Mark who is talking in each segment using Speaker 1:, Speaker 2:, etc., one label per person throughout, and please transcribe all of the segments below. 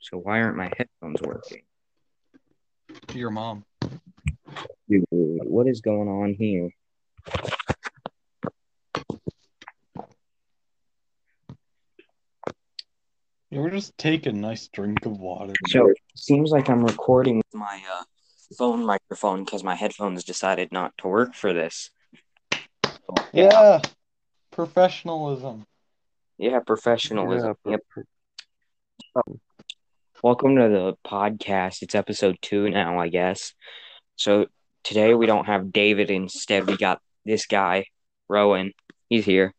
Speaker 1: So why aren't my headphones working?
Speaker 2: To your mom.
Speaker 1: Dude, what is going on here?
Speaker 2: You ever just take a nice drink of water?
Speaker 1: So it seems like I'm recording with my uh, phone microphone because my headphones decided not to work for this.
Speaker 2: Yeah. Professionalism.
Speaker 1: Yeah, professionalism.
Speaker 3: Yeah,
Speaker 1: Yep. Welcome to the podcast. It's episode two now, I guess. So today we don't have David. Instead, we got this guy, Rowan. He's here.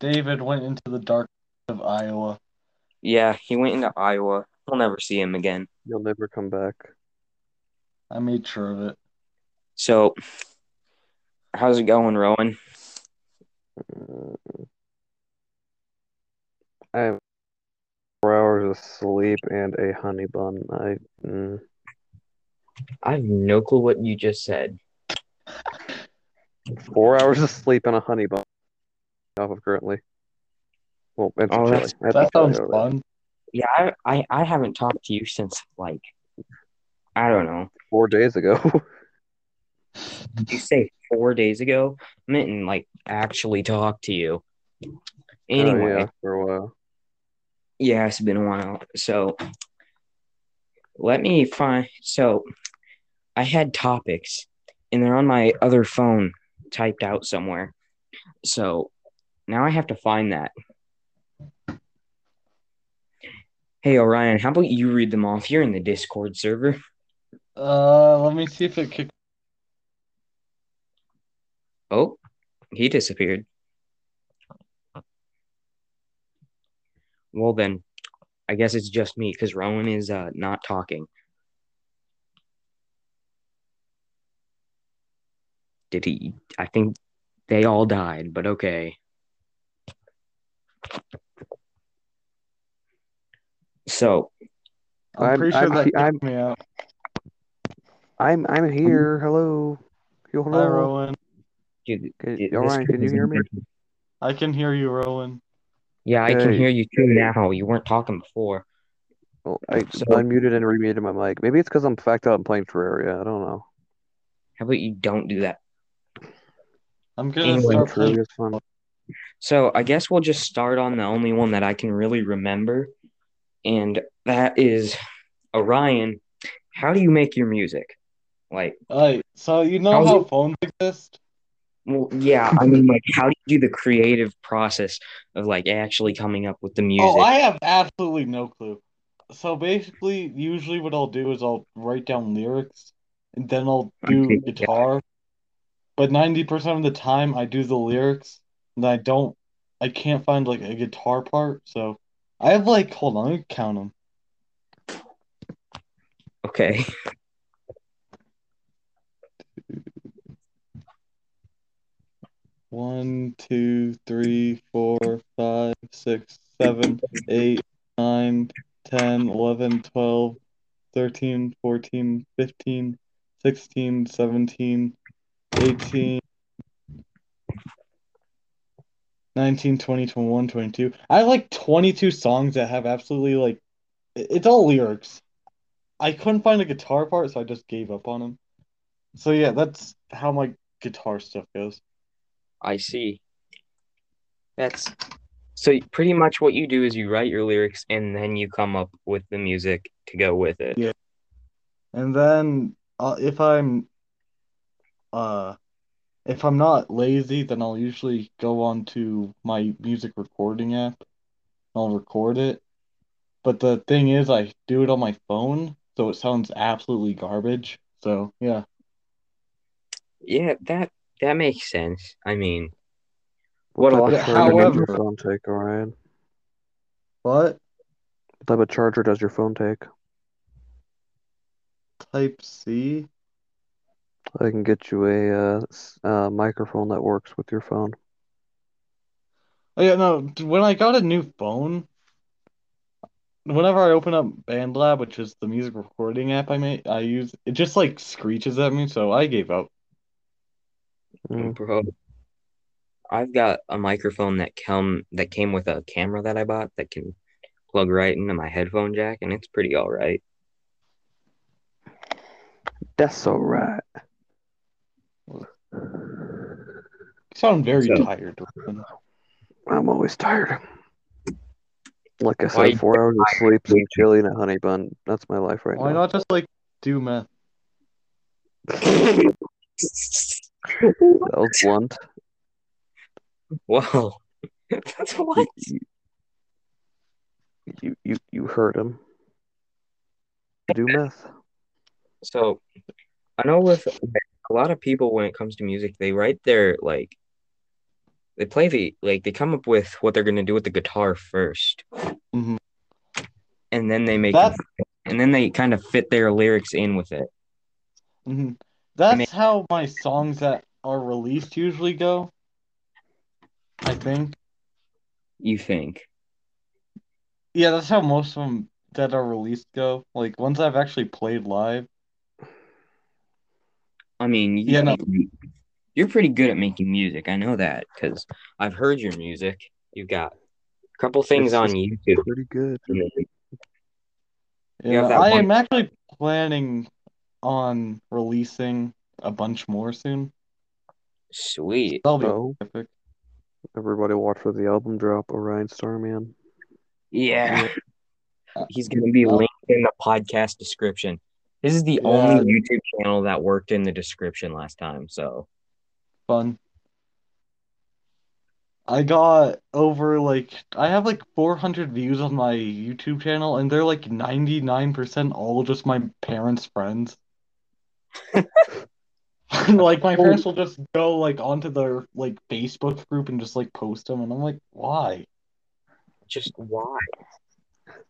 Speaker 2: David went into the dark of Iowa.
Speaker 1: Yeah, he went into Iowa. We'll never see him again.
Speaker 3: You'll never come back.
Speaker 2: I made sure of it.
Speaker 1: So, how's it going, Rowan?
Speaker 3: Uh, I have four hours of sleep and a honey bun. I mm,
Speaker 1: I have no clue what you just said.
Speaker 3: four hours of sleep and a honey bun. Off of currently. Well, and some
Speaker 1: Oh,
Speaker 3: chili.
Speaker 1: that's-
Speaker 3: I have
Speaker 2: That
Speaker 3: some
Speaker 2: sounds
Speaker 3: chili over there.
Speaker 2: fun.
Speaker 1: Yeah, I, I, I haven't talked to you since, like, I don't know.
Speaker 3: Four days ago. Oh,
Speaker 1: Did you say four days ago? I meant in, like, actually talk to you. Anyway.
Speaker 3: Oh, yeah, for a while.
Speaker 1: Yeah, it's been a while. So let me find. So I had topics, and they're on my other phone typed out somewhere. So now I have to find that. Hey, Orion, how about you read them off? You're in the Discord server.
Speaker 2: Uh, let me see if it kicked.
Speaker 1: Oh, he disappeared. Well, then, I guess it's just me because Rowan is uh, not talking. Did he? I think they all died, but okay. So,
Speaker 2: I'm,
Speaker 3: I'm-
Speaker 2: pretty sure
Speaker 3: I'm-
Speaker 2: that kicked
Speaker 3: I'm-
Speaker 2: me out.
Speaker 3: I'm I'm here. Hello. Yo,
Speaker 2: Hi,
Speaker 3: hello.
Speaker 2: Rowan.
Speaker 1: dude,
Speaker 3: Can,
Speaker 1: it-
Speaker 3: yo,
Speaker 1: this
Speaker 3: Ryan, can you
Speaker 1: is
Speaker 3: hear me?
Speaker 1: embarrassing.
Speaker 2: I can hear you, Rowan.
Speaker 1: Yeah, I can
Speaker 3: Hey.
Speaker 1: hear you too now. You weren't talking before.
Speaker 3: Well, I
Speaker 1: So-
Speaker 3: unmuted and remuted my mic. Maybe it's because I'm fact out and playing Terraria. I don't know.
Speaker 1: How about you don't do that?
Speaker 2: I'm gonna
Speaker 1: Anyway,
Speaker 2: start playing.
Speaker 3: Terraria's fun.
Speaker 1: So I guess we'll just start on the only one that I can really remember, and that is Orion. How do you make your music? Like,
Speaker 2: Alright, so you know
Speaker 1: How's
Speaker 2: how phones exist?
Speaker 1: well, yeah, I mean, like, how do you do the creative process of like actually coming up with the music?
Speaker 2: Oh, I have absolutely no clue. So basically, usually what I'll do is I'll write down lyrics and then I'll do
Speaker 1: Okay.
Speaker 2: guitar. But 90% of the time, I do the lyrics and I don't, I can't find like a guitar part. So I have like, hold on, let me count them.
Speaker 1: Okay,
Speaker 2: One, two, three, four, five, six, seven, eight, nine, ten, eleven, twelve, thirteen, fourteen, fifteen, sixteen, seventeen, eighteen, nineteen, twenty, twenty-one, twenty-two. I have like 22 songs that have absolutely like it- it's all lyrics. I couldn't find a guitar part, so I just gave up on them. So yeah, that's how my guitar stuff goes.
Speaker 1: I see. That's so pretty much what you do is you write your lyrics and then you come up with the music to go with it.
Speaker 2: Yeah. And then uh, if I'm uh if I'm not lazy, then I'll usually go on to my music recording app and I'll record it. But the thing is I do it on my phone, so it sounds absolutely garbage. So, yeah.
Speaker 1: Yeah, that that makes sense. I mean,
Speaker 3: What
Speaker 1: What a lot-
Speaker 3: type of charger does your
Speaker 2: however-
Speaker 3: phone take, Orion?
Speaker 2: What
Speaker 3: What type of charger does your phone take?
Speaker 2: type C?
Speaker 3: I can get you a uh, s- uh, microphone that works with your phone.
Speaker 2: Oh, yeah, no, d- when I got a new phone, whenever I open up BandLab, which is the music recording app I made, I use it just like screeches at me, so I gave up.
Speaker 3: Mm.
Speaker 1: Bro, I've got a microphone that come that came with a camera that I bought that can plug right into my headphone jack, and it's pretty all right.
Speaker 3: That's all right.
Speaker 2: You sound very
Speaker 1: So-
Speaker 2: tired. Logan.
Speaker 3: I'm always tired. Like I
Speaker 1: Why-
Speaker 3: said, four hours of sleep, some chili, and a honey bun. That's my life right
Speaker 2: Why
Speaker 3: now.
Speaker 2: not just like do meth?
Speaker 3: that was blunt.
Speaker 1: Whoa, that's what?
Speaker 3: You, you, you, you heard him. Do meth.
Speaker 1: So, I know with a lot of people when it comes to music, they write their like, they play the like they come up with what they're gonna do with the guitar 1st
Speaker 2: Mhm.
Speaker 1: and then they make
Speaker 2: That's-
Speaker 1: and then they kind of fit their lyrics in with it.
Speaker 2: hmm That's how my songs that are released usually go. I think.
Speaker 1: You think?
Speaker 2: Yeah, that's how most of them that are released go. Like ones I've actually played live.
Speaker 1: I mean, you,
Speaker 2: Yeah, no.
Speaker 1: you're pretty good at making music. I know that because I've heard your music. You've got a couple things
Speaker 3: It's
Speaker 1: on
Speaker 3: just
Speaker 1: YouTube.
Speaker 3: Pretty good.
Speaker 1: You have
Speaker 2: Yeah,
Speaker 1: that
Speaker 2: I
Speaker 1: one-
Speaker 2: am actually planning on releasing a bunch more soon.
Speaker 1: Sweet.
Speaker 2: That'll be
Speaker 3: So,
Speaker 2: perfect.
Speaker 3: everybody watch for the album drop, Orion Starman.
Speaker 1: Yeah.
Speaker 2: Uh,
Speaker 1: He's going to be
Speaker 2: well-
Speaker 1: linked in the podcast description. This is the
Speaker 2: Yeah.
Speaker 1: only YouTube channel that worked in the description last time. So,
Speaker 2: Fun. I got over like I have like 400 views on my YouTube channel, and they're like 99% all just my parents' friends. like my parents will just go like onto their like Facebook group and just like post them, and I'm like, why?
Speaker 1: just why?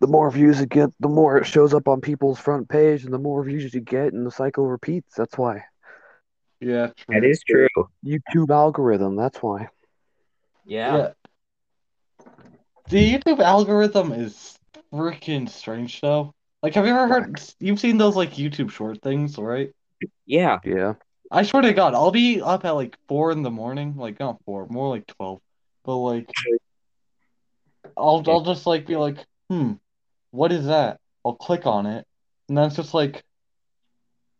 Speaker 3: The more views you get, the more it shows up on people's front page, and the more views you get, and the cycle repeats. That's why.
Speaker 2: Yeah, true.
Speaker 1: That is true.
Speaker 3: YouTube algorithm, that's why.
Speaker 1: Yeah.
Speaker 2: Yeah. The YouTube algorithm is freaking strange though. Like, have you ever heard? You've seen those like YouTube short things, right?
Speaker 1: Yeah.
Speaker 3: Yeah.
Speaker 2: I swear to God, I'll be up at like four in the morning. Like not four, more like twelve. But like, I'll I'll just like be like, hmm, what is that? I'll click on it, and then it's just like,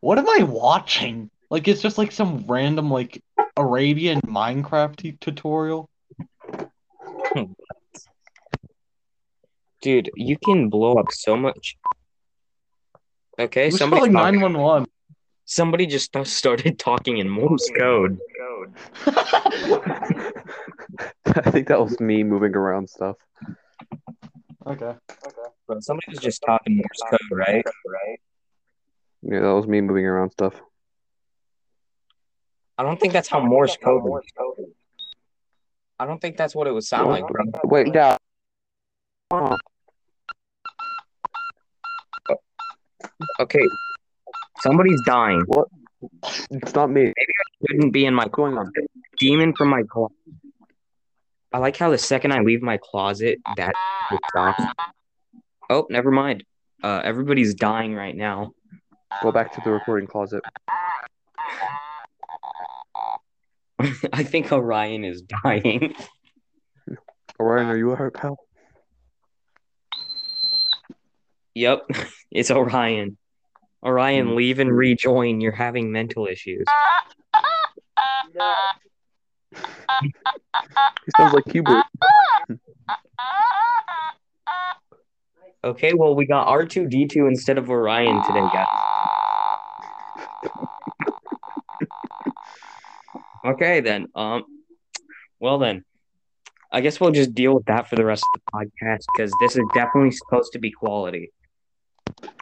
Speaker 2: what am I watching? Like it's just like some random like Arabian Minecraft t- tutorial.
Speaker 1: Dude, you can blow up so much. Okay.
Speaker 2: Who's
Speaker 1: Somebody,
Speaker 2: calling nine one one?
Speaker 1: somebody just st- started talking in Morse code.
Speaker 3: I think that was me moving around stuff.
Speaker 2: Okay.
Speaker 1: Bro, somebody was just talking Morse code, right?
Speaker 3: Yeah, that was me moving around stuff.
Speaker 1: I don't think that's how Morse code. I don't think that's what it would sound
Speaker 3: What?
Speaker 1: like, bro.
Speaker 3: Wait, yeah. Oh,
Speaker 1: Okay, somebody's dying.
Speaker 3: it's not me.
Speaker 1: Shouldn't be in my
Speaker 3: What's going on?
Speaker 1: demon from my closet. I like how the second I leave my closet, that it stops. Oh, never mind. Uh, everybody's dying right now.
Speaker 3: Go back to the recording closet.
Speaker 1: I think Orion is dying.
Speaker 3: Orion, are you alright, pal?
Speaker 1: yep, it's Orion. Orion, leave and rejoin. You're having mental issues.
Speaker 3: He sounds like Hubert.
Speaker 1: Okay, well, we got R2D2 instead of Orion today, guys. okay, then. Um, well, then, I guess we'll just deal with that for the rest of the podcast because this is definitely supposed to be quality.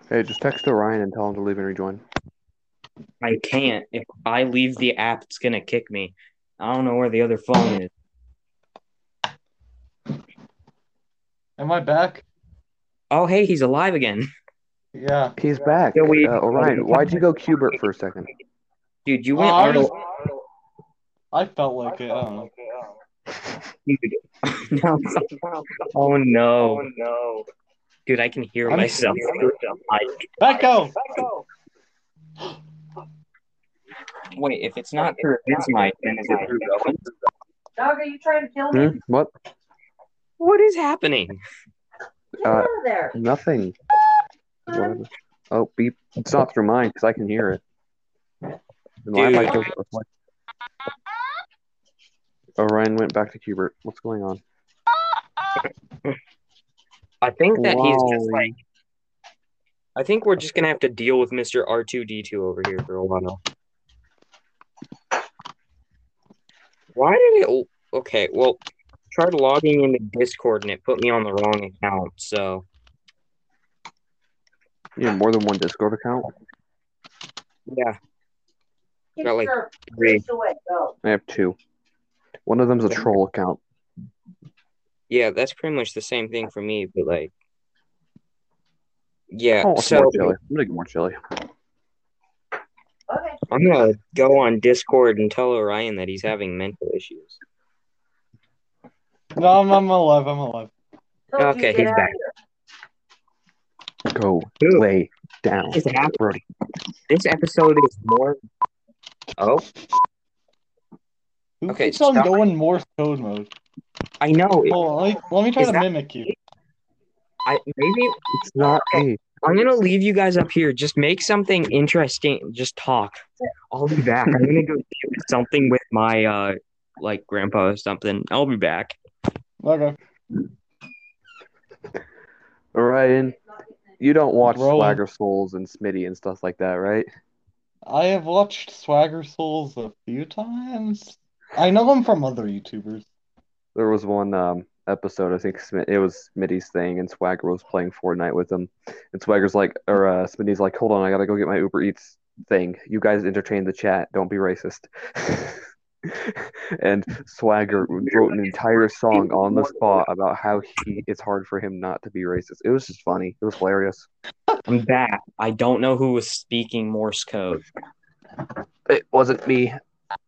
Speaker 3: Hey, just text Orion and tell him to leave and rejoin.
Speaker 1: I can't. If I leave the app, it's going to kick me. I don't know where the other phone is.
Speaker 2: Am I back?
Speaker 1: Oh, hey, he's alive again.
Speaker 2: Yeah.
Speaker 3: He's back.
Speaker 1: Yeah, we-
Speaker 3: Uh, Orion, why'd you go Hubert for a second?
Speaker 1: Dude, you went
Speaker 2: Oh, I
Speaker 1: Arnold.
Speaker 2: I felt like it. I don't know.
Speaker 1: Dude. No. Oh, no.
Speaker 4: no.
Speaker 1: Dude, I can hear
Speaker 2: I'm-
Speaker 1: myself. I-
Speaker 2: Becco.
Speaker 1: Wait, if it's not through his mic, then is it through Rowan's?
Speaker 5: Dog, are you trying to kill me?
Speaker 3: Hmm? What?
Speaker 1: What is happening?
Speaker 4: Get out of there.
Speaker 3: Nothing.
Speaker 4: Huh?
Speaker 3: Whatever. Oh, beep. It's not through mine because I can hear it. And Ryan
Speaker 1: Dude.
Speaker 3: might go- Oh, Ryan went back to Cubert. What's going on?
Speaker 1: I think that he's just
Speaker 3: Wally.
Speaker 1: like. I think we're just gonna have to deal with Mister R two D two over here for a while. Why did it? Okay, well, tried logging into Discord and it put me on the wrong account. So
Speaker 3: You have more than one Discord account?
Speaker 1: yeah,
Speaker 4: Get
Speaker 1: Got, like,
Speaker 4: your
Speaker 1: three.
Speaker 4: face away. Go.
Speaker 3: I have two. One of them's a
Speaker 1: Yeah.
Speaker 3: troll account.
Speaker 1: Yeah, that's pretty much the same thing for me, but like Yeah,
Speaker 3: I want some
Speaker 1: so
Speaker 3: Oh, more chili. I'm gonna get more chili.
Speaker 4: Okay.
Speaker 1: I'm gonna go on Discord and tell Orion that he's having mental issues.
Speaker 2: No, I'm, I'm alive. I'm alive.
Speaker 4: Told you,
Speaker 1: Okay,
Speaker 4: get
Speaker 1: he's
Speaker 4: out of
Speaker 1: back.
Speaker 4: here.
Speaker 3: Go
Speaker 1: Dude.
Speaker 3: lay down.
Speaker 1: It's happening.
Speaker 3: Brody.
Speaker 1: This episode is more Oh,
Speaker 2: Who
Speaker 1: Okay,
Speaker 2: keeps on
Speaker 1: stop.
Speaker 2: going Morse code mode?
Speaker 1: I know. it-
Speaker 2: Hold on, let me, let me try
Speaker 1: Is
Speaker 2: to
Speaker 1: that-
Speaker 2: mimic you.
Speaker 1: I maybe
Speaker 3: It's not me.
Speaker 1: I'm gonna leave you guys up here. Just make something interesting. Just talk. I'll be back. I'm gonna go do something with my uh like grandpa or something. I'll be back.
Speaker 2: Okay.
Speaker 3: Ryan, you don't watch
Speaker 2: Rowan.
Speaker 3: Swagger Souls and Smitty and stuff like that, right?
Speaker 2: I have watched Swagger Souls a few times. I know them from other YouTubers.
Speaker 3: There was one um, episode, I think Smit it was Smitty's thing, and Swagger was playing Fortnite with him. And Swagger's like, or uh, Smitty's like, hold on, I gotta go get my Uber Eats thing. You guys entertain the chat. Don't be racist. and Swagger wrote an entire song on the spot about how he it's hard for him not to be racist. It was just funny. It was hilarious.
Speaker 1: I'm back. I don't know who was speaking Morse code.
Speaker 3: It wasn't me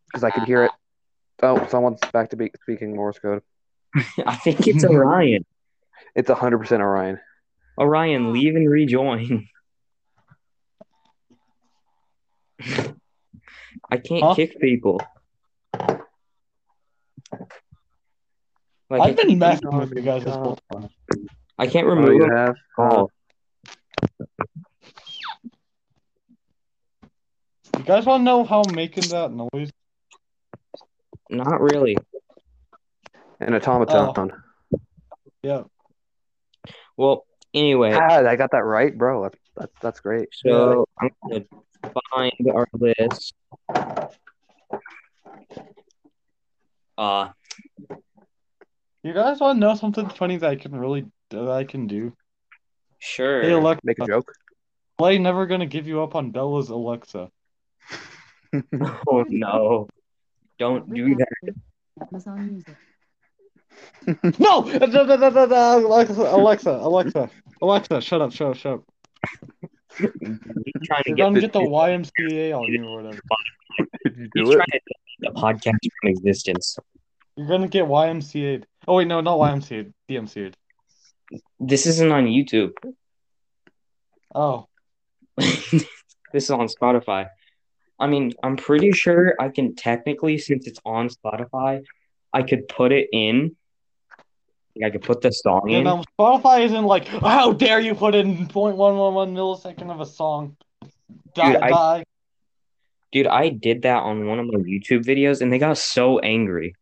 Speaker 3: because I could hear it. Oh, someone's back to be speaking Morse code.
Speaker 1: I think it's Orion.
Speaker 3: It's 100% Orion.
Speaker 1: Orion, leave and rejoin. I can't
Speaker 2: Huh?
Speaker 1: kick people. Like, I,
Speaker 2: I've been messing
Speaker 3: on
Speaker 2: with you guys this
Speaker 3: God.
Speaker 2: whole time.
Speaker 1: can't
Speaker 3: Oh,
Speaker 1: remove
Speaker 3: you
Speaker 1: them.
Speaker 3: have?
Speaker 1: Oh,
Speaker 2: You guys want to know how I'm making that noise?
Speaker 1: not really.
Speaker 3: An automaton.
Speaker 2: Yeah.
Speaker 1: Well, anyway,
Speaker 3: Ah, I got that right, bro. That's that's, that's great.
Speaker 1: so I'm going to find our list. Uh,
Speaker 2: You guys want to know something funny that I can really that I can do?
Speaker 1: sure.
Speaker 2: Hey Alexa,
Speaker 3: Make
Speaker 1: Uh,
Speaker 3: a joke.
Speaker 2: play "Never Gonna Give You Up" on Bella's Alexa.
Speaker 1: oh, no. Don't do that.
Speaker 5: Amazon Music.
Speaker 2: No, no, no, no, no, no, Alexa, Alexa, Alexa, Alexa, shut up, shut up, shut up.
Speaker 1: You're trying to get
Speaker 2: You're gonna
Speaker 1: the,
Speaker 2: get the YMCA on you or whatever.
Speaker 3: Did you
Speaker 1: you're
Speaker 3: do it?
Speaker 1: trying to delete the podcast from existence.
Speaker 2: You're gonna get YMCA. Oh wait, no, not YMCA, DMCA.
Speaker 1: This isn't on YouTube.
Speaker 2: Oh,
Speaker 1: this is on Spotify. I mean, I'm pretty sure I can technically, since it's on Spotify, I could put it in. Like, I could put the song
Speaker 2: you
Speaker 1: in.
Speaker 2: know, um, Spotify isn't like, how dare you put in 0.111 millisecond of a song. Die,
Speaker 1: Dude, I-
Speaker 2: die.
Speaker 1: Dude, I did that on one of my YouTube videos and they got so angry.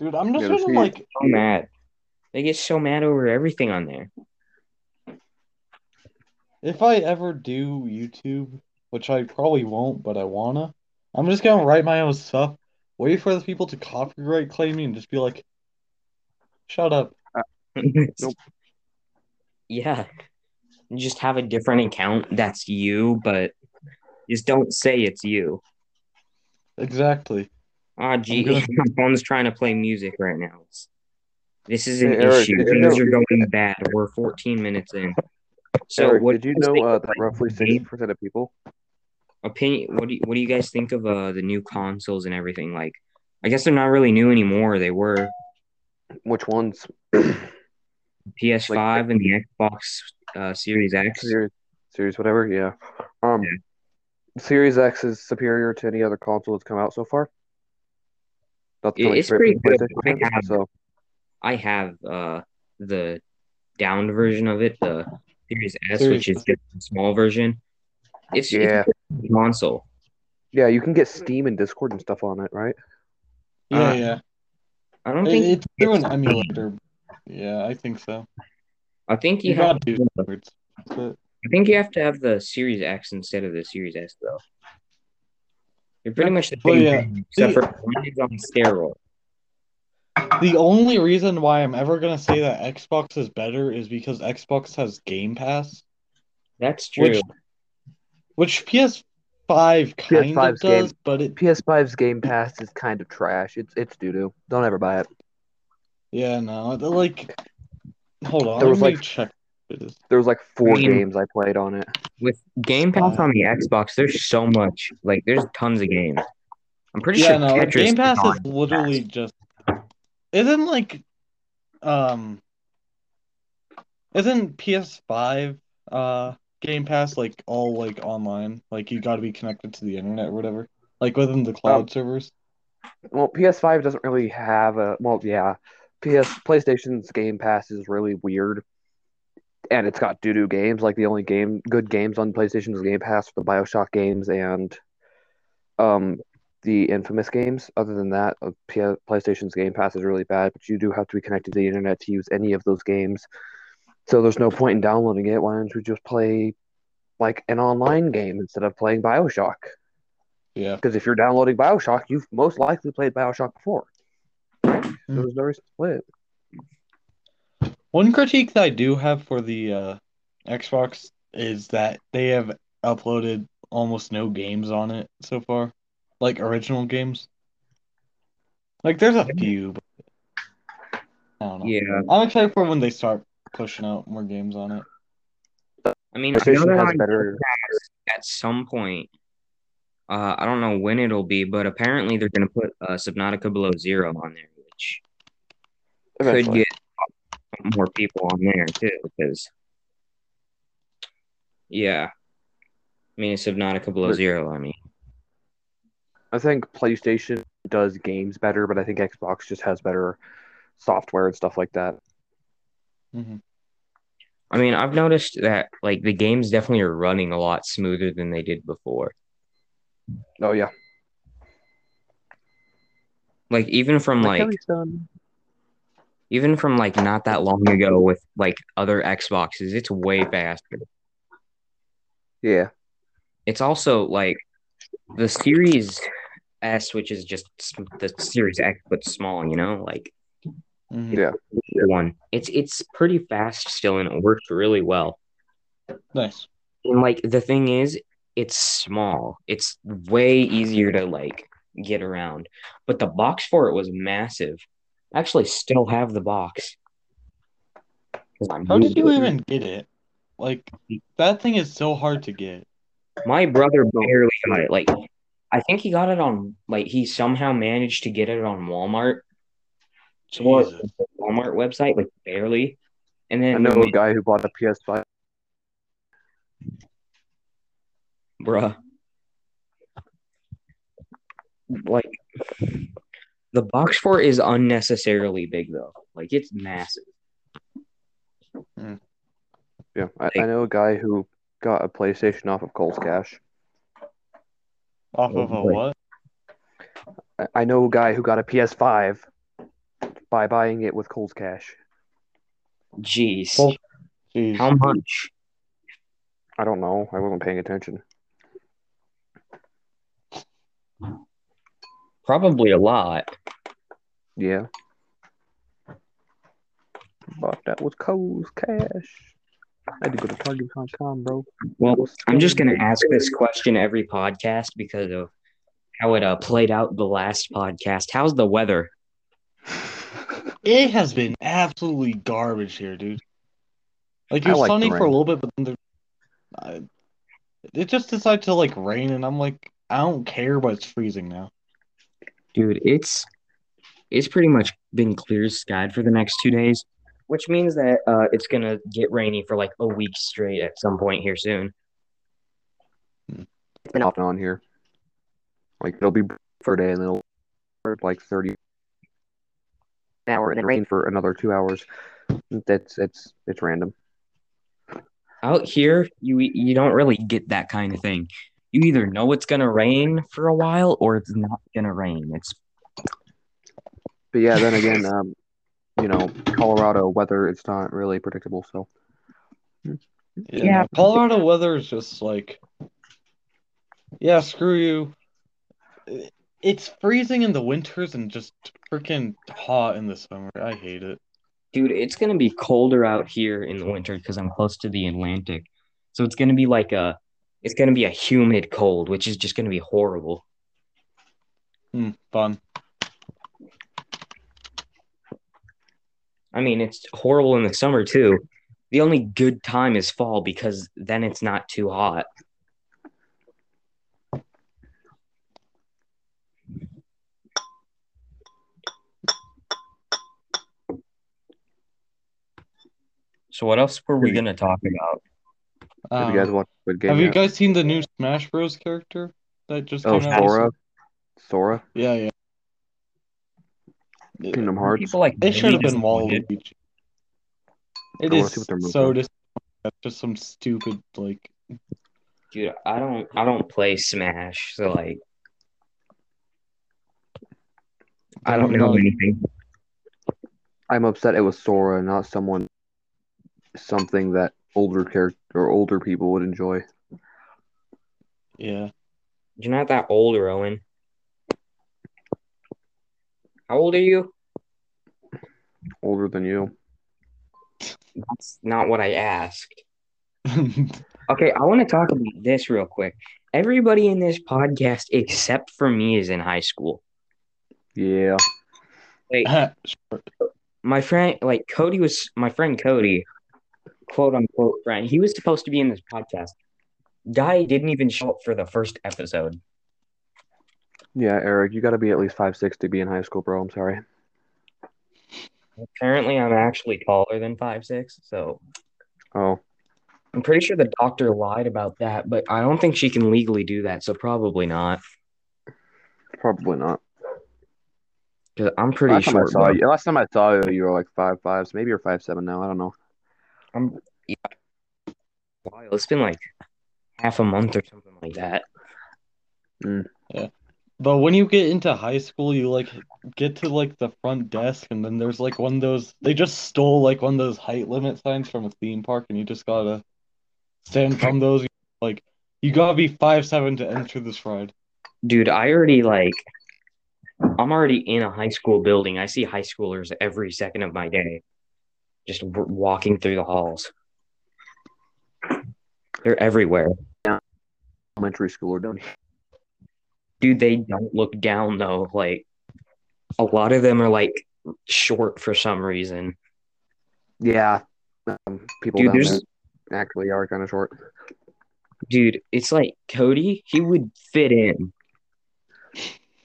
Speaker 2: Dude, I'm just
Speaker 3: Yeah,
Speaker 2: gonna
Speaker 3: see.
Speaker 2: like,
Speaker 1: So mad. They get so mad over everything on there.
Speaker 2: if I ever do YouTube, which I probably won't, but I wanna, I'm just gonna write my own stuff. Wait for the people to copyright claim me and just be like, shut up.
Speaker 3: Nope.
Speaker 1: Yeah. You just have a different account that's you, but just don't say it's you.
Speaker 2: Exactly.
Speaker 1: Ah, gee,
Speaker 2: gonna-
Speaker 1: my phone's trying to play music right now. It's- this is an
Speaker 3: Hey, Eric,
Speaker 1: issue.
Speaker 3: did you
Speaker 1: Things
Speaker 3: know-
Speaker 1: are going bad. We're 14 minutes in. So,
Speaker 3: Eric,
Speaker 1: what
Speaker 3: did you
Speaker 1: guys
Speaker 3: know
Speaker 1: think
Speaker 3: uh,
Speaker 1: of,
Speaker 3: that
Speaker 1: like,
Speaker 3: roughly sixty percent of people?
Speaker 1: opinion? What do you, what do you guys think of uh, the new consoles and everything? Like, I guess they're not really new anymore. They were
Speaker 3: Which ones?
Speaker 1: PS5 and the Xbox uh, Series X.
Speaker 3: Series, series, whatever. Yeah. Um, Series X is superior to any other console that's come out so far. That's
Speaker 1: It-
Speaker 3: coming
Speaker 1: it's
Speaker 3: straight
Speaker 1: pretty
Speaker 3: from the
Speaker 1: good.
Speaker 3: PlayStation
Speaker 1: I
Speaker 3: Store,
Speaker 1: have-
Speaker 3: So
Speaker 1: I have uh the down version of it, the Series S, which is just a small version. It's it's
Speaker 3: Yeah.
Speaker 1: a good console.
Speaker 3: yeah, you can get Steam and Discord and stuff on it, right?
Speaker 2: Yeah,
Speaker 1: Uh,
Speaker 2: yeah.
Speaker 1: I don't
Speaker 2: It-
Speaker 1: think
Speaker 2: it's through an
Speaker 1: it's-
Speaker 2: emulator. Yeah, I think so.
Speaker 1: I think you
Speaker 2: You
Speaker 1: have
Speaker 2: gotta do Discord. That's it.
Speaker 1: I think you have to have the Series X instead of the Series S though. They're pretty much the
Speaker 2: Well,
Speaker 1: same
Speaker 2: yeah.
Speaker 1: thing, except for one is on steroids.
Speaker 2: The only reason why I'm ever gonna say that Xbox is better is because Xbox has Game Pass,
Speaker 1: That's true.
Speaker 2: Which- which PS5 kind of
Speaker 3: PS5's game.
Speaker 2: does, but it
Speaker 3: PS5's Game Pass is kind of trash. It's it's doo doo. Don't ever buy it.
Speaker 2: yeah no they're like hold on
Speaker 3: There
Speaker 2: let
Speaker 3: was,
Speaker 2: me
Speaker 3: like-
Speaker 2: check if it is.
Speaker 3: There was like four
Speaker 1: Game-
Speaker 3: games I played on it.
Speaker 1: With Game Pass on the Xbox, there's so much. Like, there's tons of games. I'm pretty
Speaker 2: yeah
Speaker 1: sure
Speaker 2: no
Speaker 1: Tetris
Speaker 2: Game Pass
Speaker 1: on
Speaker 2: is literally just isn't like um isn't PS5 uh Game Pass like all like online like you got to be connected to the internet or whatever like within the cloud
Speaker 3: Oh.
Speaker 2: servers
Speaker 3: Well, PS5 doesn't really have a well, yeah. PS PlayStation's Game Pass is really weird. And it's got doo doo games. Like the only game good games on PlayStation's Game Pass are the Bioshock games and um the infamous games. Other than that, uh, P- PlayStation's Game Pass is really bad, but you do have to be connected to the internet to use any of those games. So there's no point in downloading it. Why don't we just play like an online game instead of playing Bioshock?
Speaker 2: yeah
Speaker 3: Because if you're downloading Bioshock, you've most likely played Bioshock before.
Speaker 1: Mm.
Speaker 3: Right? So There's no reason to play it.
Speaker 2: One critique that I do have for the uh, Xbox is that they have uploaded almost no games on it so far, like original games. Like there's a few, but I don't know.
Speaker 1: Yeah.
Speaker 2: I'm excited for when they start pushing out more games on it.
Speaker 1: I mean, I know
Speaker 3: PlayStation
Speaker 1: they're
Speaker 3: has
Speaker 1: on
Speaker 3: better.
Speaker 1: at some point. Uh, I don't know when it'll be, but apparently they're going to put uh, Subnautica Below Zero on there, which could
Speaker 3: eventually.
Speaker 1: get more people on there, too, because, yeah. I mean, Subnautica Below
Speaker 3: But-
Speaker 1: Zero, I mean.
Speaker 3: I think PlayStation does games better, but I think Xbox just has better software and stuff like that.
Speaker 2: hmm
Speaker 1: I mean, I've noticed that, like, the games definitely are running a lot smoother than they did before.
Speaker 3: Oh yeah,
Speaker 1: like even from like
Speaker 3: done.
Speaker 1: even from like not that long ago with like other Xboxes, it's way faster.
Speaker 3: Yeah,
Speaker 1: It's also like the Series S, which is just s- the Series X but small. You know, like
Speaker 2: hmm
Speaker 3: Yeah.
Speaker 1: one. It's it's pretty fast still, and it works really well.
Speaker 2: Nice.
Speaker 1: And like the thing is, it's small. It's way easier to like get around. But the box for it was massive. I actually still have the box. 'Cause I
Speaker 2: How
Speaker 1: moved
Speaker 2: did you
Speaker 1: it.
Speaker 2: even get it? Like that thing is so hard to get.
Speaker 1: My brother barely got it. Like, I think he got it on, like, he somehow managed to get it on Walmart. So, what-
Speaker 2: Jesus.
Speaker 1: Walmart website, like, barely. And
Speaker 3: I
Speaker 1: then,
Speaker 3: know a guy who bought a PS5.
Speaker 1: bruh. Like, the box for it is unnecessarily big, though. Like, it's massive.
Speaker 3: Yeah, I, I know a guy who got a PlayStation off of Cole's Cash.
Speaker 2: Off of a
Speaker 1: Wait.
Speaker 2: what?
Speaker 3: I, I know a guy who got a PS5 by buying it with Cole's Cash.
Speaker 1: Jeez.
Speaker 2: Well, Jeez.
Speaker 1: How much?
Speaker 3: I don't know. I wasn't paying attention.
Speaker 1: Probably a lot.
Speaker 3: Yeah. But that was Cole's cash. I had to go to Target.com, bro.
Speaker 1: Well, I'm just going to ask this question every podcast because of how it uh, played out the last podcast. How's the weather?
Speaker 2: It has been absolutely garbage here, dude. Like
Speaker 3: I
Speaker 2: it was
Speaker 3: like the
Speaker 2: sunny for a
Speaker 3: rain.
Speaker 2: little bit, but then the, I, it just decided to like rain, and I'm like, I don't care, but it's freezing now.
Speaker 1: Dude, it's it's pretty much been clear skied for the next two days, which means that uh, it's gonna get rainy for like a week straight at some point here soon.
Speaker 3: Off and on here. Like, it'll be for a day and then it'll like 30 hour and then rain for another two hours. That's it's it's random.
Speaker 1: Out here, you you don't really get that kind of thing. You either know it's gonna rain for a while or it's not gonna rain. It's
Speaker 3: But yeah, then again, um, you know, Colorado weather it's not really predictable. So
Speaker 2: Yeah.
Speaker 1: Yeah.
Speaker 2: Colorado weather is just like, yeah, screw you. I- It's freezing in the winters and just freaking hot in the summer. I hate it.
Speaker 1: dude, it's gonna be colder out here in the winter because I'm close to the Atlantic. So it's gonna be like a it's gonna be a humid cold, which is just gonna be horrible.
Speaker 2: Hmm, fun.
Speaker 1: I mean, it's horrible in the summer too. The only good time is fall because then it's not too hot. So what else were we gonna talk about?
Speaker 3: if
Speaker 2: Um,
Speaker 3: you guys watch good game,
Speaker 2: have you
Speaker 3: yeah.
Speaker 2: guys seen the new Smash Bros. character that just
Speaker 3: oh
Speaker 2: came out?
Speaker 3: Sora, Sora,
Speaker 2: Yeah, yeah. Yeah.
Speaker 3: Kingdom Hearts.
Speaker 1: People like
Speaker 2: It should
Speaker 1: really
Speaker 2: have been
Speaker 1: disappointed.
Speaker 2: Waluigi. It
Speaker 3: I wanna
Speaker 2: is
Speaker 3: see what they're moving
Speaker 2: so
Speaker 3: on.
Speaker 2: dis- that's just some stupid like
Speaker 1: Dude, I don't I don't play Smash, so like I don't know anything.
Speaker 3: I'm upset it was Sora, not someone, something that older character or older people would enjoy.
Speaker 2: yeah.
Speaker 1: You're not that old, Rowan. How old are you?
Speaker 3: Older than you.
Speaker 1: That's not what I asked. Okay, I want to talk about this real quick. Everybody in this podcast except for me is in high school.
Speaker 3: Yeah.
Speaker 1: My friend, like Cody was my friend Cody, quote unquote friend. He was supposed to be in this podcast. Guy didn't even show up for the first episode.
Speaker 3: Yeah, Eric, you got to be at least five six to be in high school, bro. I'm sorry.
Speaker 1: Apparently, I'm actually taller than five six, so
Speaker 3: Oh,
Speaker 1: I'm pretty sure the doctor lied about that. But I don't think she can legally do that, so probably not.
Speaker 3: probably not.
Speaker 1: 'Cause I'm pretty
Speaker 3: last time I
Speaker 1: short.
Speaker 3: saw
Speaker 1: bro.
Speaker 3: you, last time I saw you, you were like five fives, maybe you're five seven now. I don't know.
Speaker 1: I'm yeah. Wow, It's been like half a month or something like that.
Speaker 2: But when you get into high school, you like get to like the front desk, and then there's like one of those. They just stole like one of those height limit signs from a theme park, and you just gotta stand on those. Like you gotta be five seven to enter this ride.
Speaker 1: Dude, I already like I'm already in a high school building. I see high schoolers every second of my day just w- walking through the halls. They're everywhere.
Speaker 3: Elementary school or done.
Speaker 1: Dude, they don't look down though. Like a lot of them are like short for some reason.
Speaker 3: Yeah, um, people
Speaker 1: Dude,
Speaker 3: down
Speaker 1: there's-
Speaker 3: there actually are kind of short.
Speaker 1: Dude, it's like Cody, he would fit in.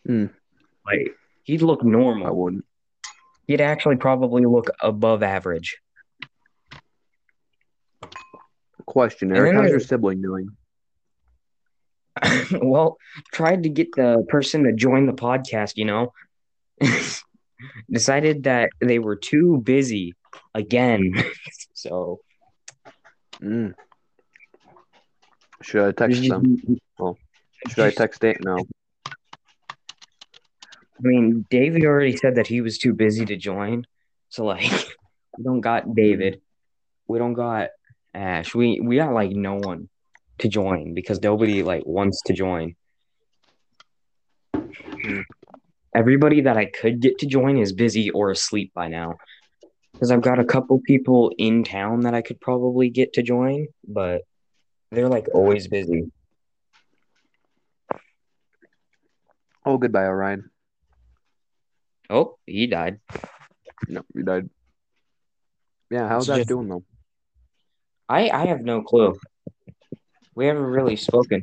Speaker 3: Hmm.
Speaker 1: Like he'd look normal.
Speaker 3: I wouldn't.
Speaker 1: He'd actually probably look above average.
Speaker 3: Question,
Speaker 1: And
Speaker 3: Eric,
Speaker 1: then
Speaker 3: how's your
Speaker 1: there's-
Speaker 3: sibling doing?
Speaker 1: well, tried to get the person to join the podcast, you know. Decided that they were too busy again. so
Speaker 3: Mm. Should I text
Speaker 1: Just-
Speaker 3: them? Should I text Dan? No.
Speaker 1: I mean, David already said that he was too busy to join. So like we don't got David. We don't got Ash. We we got like no one to join because nobody like wants to join. Everybody that I could get to join is busy or asleep by now. Because I've got a couple people in town that I could probably get to join, but they're like always busy.
Speaker 3: Oh, goodbye, Orion.
Speaker 1: Oh, he died.
Speaker 3: No, you died. Yeah, how's
Speaker 1: It's
Speaker 3: that
Speaker 1: just-
Speaker 3: doing though?
Speaker 1: I I have no clue. We haven't really spoken.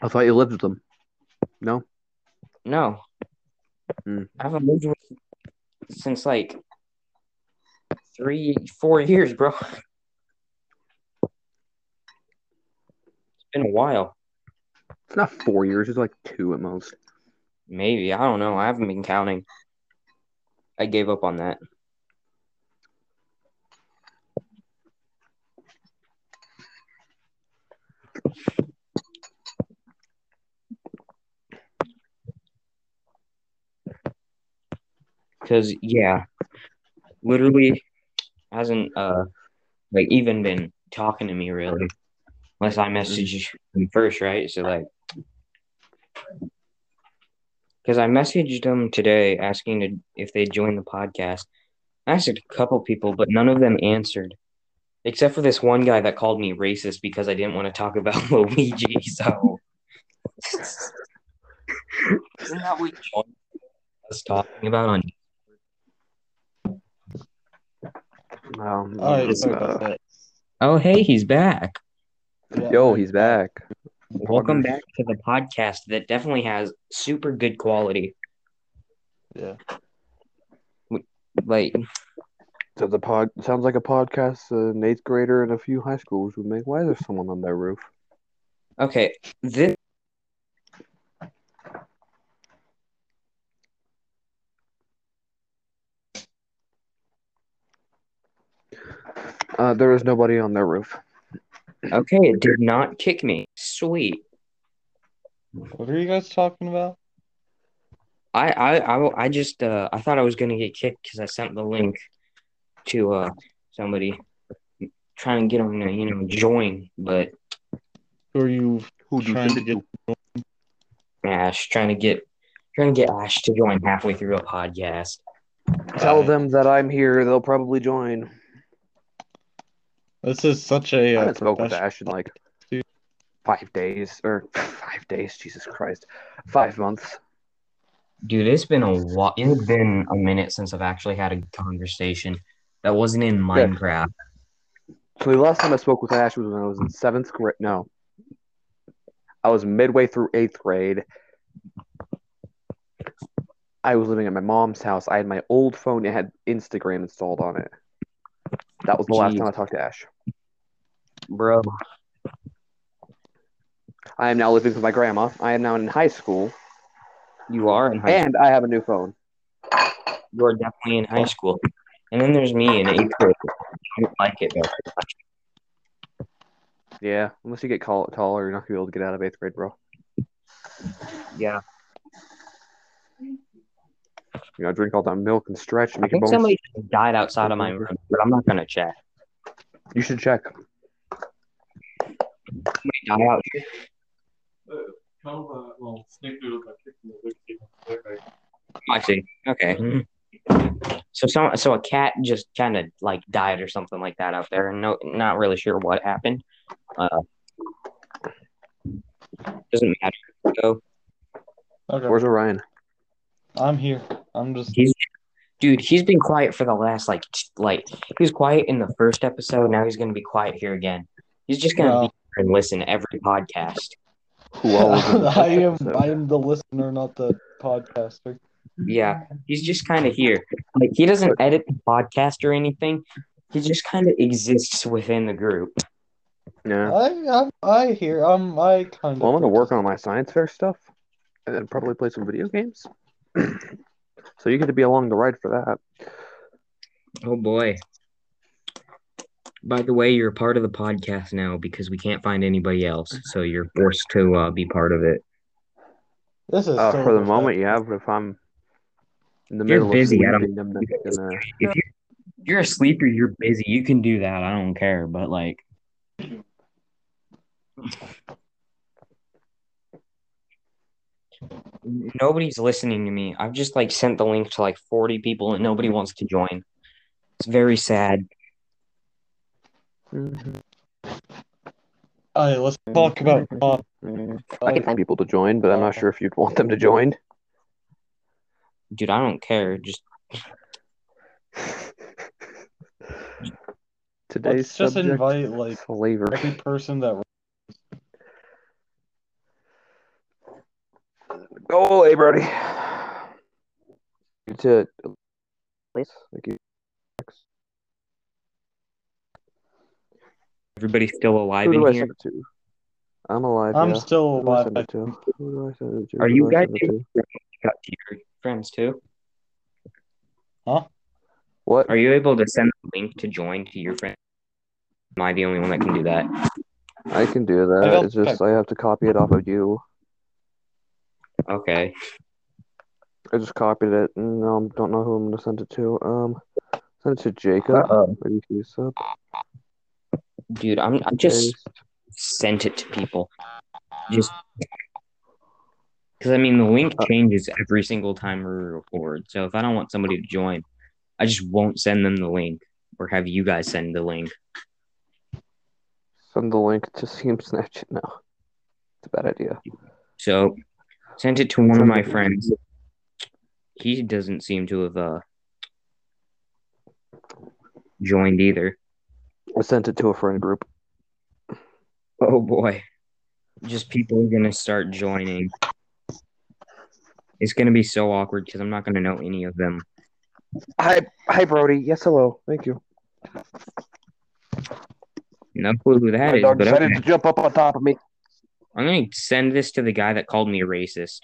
Speaker 3: I thought you lived with them. No,
Speaker 1: No.
Speaker 3: Hmm.
Speaker 1: I haven't lived with since like three, four years, bro. It's been a while.
Speaker 3: it's not four years. It's like two at most.
Speaker 1: Maybe. I don't know. I haven't been counting. I gave up on that. Because, yeah, literally hasn't, uh, like, even been talking to me really. Unless I message him first, right? So, like, because I messaged them today asking to, if they'd join the podcast. I asked a couple people, but none of them answered, except for this one guy that called me racist because I didn't want to talk about Luigi. So isn't that what John was talking about on?
Speaker 3: Um,
Speaker 2: All right,
Speaker 3: it's,
Speaker 2: sorry
Speaker 3: uh,
Speaker 2: about that.
Speaker 1: Oh, hey, he's back.
Speaker 2: Yeah.
Speaker 3: Yo, he's back.
Speaker 1: Welcome back to the podcast that definitely has super good quality.
Speaker 2: Yeah.
Speaker 1: Like,
Speaker 3: So the pod sounds like a podcast uh, an eighth grader and a few high schoolers would make. Why is there someone on their roof?
Speaker 1: okay, this
Speaker 3: Uh, there is nobody on their roof.
Speaker 1: okay, it did not kick me. Sweet.
Speaker 2: What are you guys talking about?
Speaker 1: I I I, will- I just uh I thought I was gonna get kicked because I sent the link to uh somebody trying to get them to you know join, but
Speaker 2: Who are you
Speaker 3: Who
Speaker 2: trying to get?
Speaker 1: Ash trying to get trying to get Ash to join halfway through a podcast.
Speaker 3: Tell
Speaker 2: Alright.
Speaker 3: them that I'm here. They'll probably join.
Speaker 2: This is such a
Speaker 3: I
Speaker 2: uh,
Speaker 3: haven't spoke with
Speaker 2: professional-
Speaker 3: Ash in like
Speaker 2: Dude.
Speaker 3: five days or five days. Jesus Christ, five months.
Speaker 1: Dude, it's been a while. It's been a minute since I've actually had a conversation that wasn't in Minecraft.
Speaker 3: So the last time I spoke with Ash was when I was in seventh grade. No, I was midway through eighth grade. I was living at my mom's house. I had my old phone. It had Instagram installed on it. That was the last
Speaker 1: Jeez.
Speaker 3: time I talked to Ash.
Speaker 1: Bro,
Speaker 3: I am now living with my grandma. I am now in high school,
Speaker 1: you are in high school.
Speaker 3: and I have a new phone.
Speaker 1: You are definitely in high school. And then there's me in eighth grade. I don't like it though.
Speaker 3: Yeah, unless you get call- taller, you're not gonna be able to get out of eighth grade, bro.
Speaker 1: Yeah.
Speaker 3: You know, drink all that milk and stretch,
Speaker 1: I
Speaker 3: make your
Speaker 1: think
Speaker 3: bones.
Speaker 1: somebody just died outside of my room, but I'm not gonna check.
Speaker 3: You should check.
Speaker 1: die out I see. Okay. So some so a cat just kind of like died or something like that out there. No, not really sure what happened. Uh, doesn't matter. So,
Speaker 2: Okay,
Speaker 3: Where's Orion?
Speaker 2: I'm here. I'm just.
Speaker 1: he's dude. He's been quiet for the last like t- like he was quiet in the first episode. Now he's gonna be quiet here again. He's just gonna
Speaker 2: Well,
Speaker 1: be here and listen to every podcast.
Speaker 3: Who all was in the
Speaker 2: I am.
Speaker 3: first episode?
Speaker 2: I am the listener, not the podcaster.
Speaker 1: Yeah, he's just kind of here. Like he doesn't edit the podcast or anything. He just kind of exists within the group.
Speaker 3: Yeah.
Speaker 2: I. I. I hear. Um. I kind of.
Speaker 3: Well, I'm gonna work on my science fair stuff, and then probably play some video games. so you get to be along the ride for that.
Speaker 1: Oh boy. By the way, you're a part of the podcast now because we can't find anybody else, so you're forced to uh, be part of it.
Speaker 2: This is
Speaker 3: Uh,
Speaker 2: so
Speaker 3: for the
Speaker 2: much
Speaker 3: moment, yeah. But if I'm in the
Speaker 1: You're
Speaker 3: middle
Speaker 1: busy,
Speaker 3: of
Speaker 1: Adam.
Speaker 3: sleeping, I'm not gonna.
Speaker 1: If you're a sleeper, you're busy. You can do that. I don't care, but like nobody's listening to me. I've just like sent the link to like 40 people and nobody wants to join. It's very sad.
Speaker 2: All right, let's talk about. Uh,
Speaker 3: I can find people to join, but I'm not sure if you'd want them to join.
Speaker 1: Dude, I don't care. Just
Speaker 3: Today's
Speaker 2: let's just
Speaker 3: subject:
Speaker 2: invite like every
Speaker 3: slavery.
Speaker 2: person that.
Speaker 3: Go away, Brody. You To please, thank you.
Speaker 1: everybody's still alive
Speaker 3: Who do
Speaker 1: in
Speaker 3: I
Speaker 1: here.
Speaker 3: send it to? I'm alive.
Speaker 2: I'm
Speaker 3: yeah.
Speaker 2: still
Speaker 3: Who do I
Speaker 2: alive.
Speaker 3: send it to? Who do I send it to?
Speaker 1: Are
Speaker 3: Who
Speaker 1: you
Speaker 3: do I
Speaker 1: guys
Speaker 3: send it to?
Speaker 1: out to your friends too?
Speaker 3: What?
Speaker 1: Are you able to send the link to join to your friends? Am I the only one that can do that?
Speaker 3: I can do
Speaker 2: I
Speaker 3: that.
Speaker 2: don't
Speaker 3: It's just I have to copy it off of you.
Speaker 1: Okay.
Speaker 3: I just copied it and um, don't know who I'm gonna send it to. Um, send it to Jacob. Maybe he's up.
Speaker 1: Dude, I'm I just
Speaker 3: Paste.
Speaker 1: sent it to people. Just because I mean the link changes every single time we record. So if I don't want somebody to join, I just won't send them the link or have you guys send the link.
Speaker 3: send the link to Steam Snapchat. No, it's a bad idea.
Speaker 1: So sent it to one of my friends. He doesn't seem to have uh joined either.
Speaker 3: I sent it to a friend group.
Speaker 1: Oh boy. Just people are gonna start joining. It's gonna be so awkward because I'm not gonna know any of them.
Speaker 3: Hi, hi, Brody. Yes, hello. Thank you.
Speaker 1: No clue who that
Speaker 3: My
Speaker 1: is,
Speaker 3: dog
Speaker 1: but
Speaker 3: decided
Speaker 1: okay.
Speaker 3: to jump up on top of me.
Speaker 1: I'm gonna send this to the guy that called me a racist.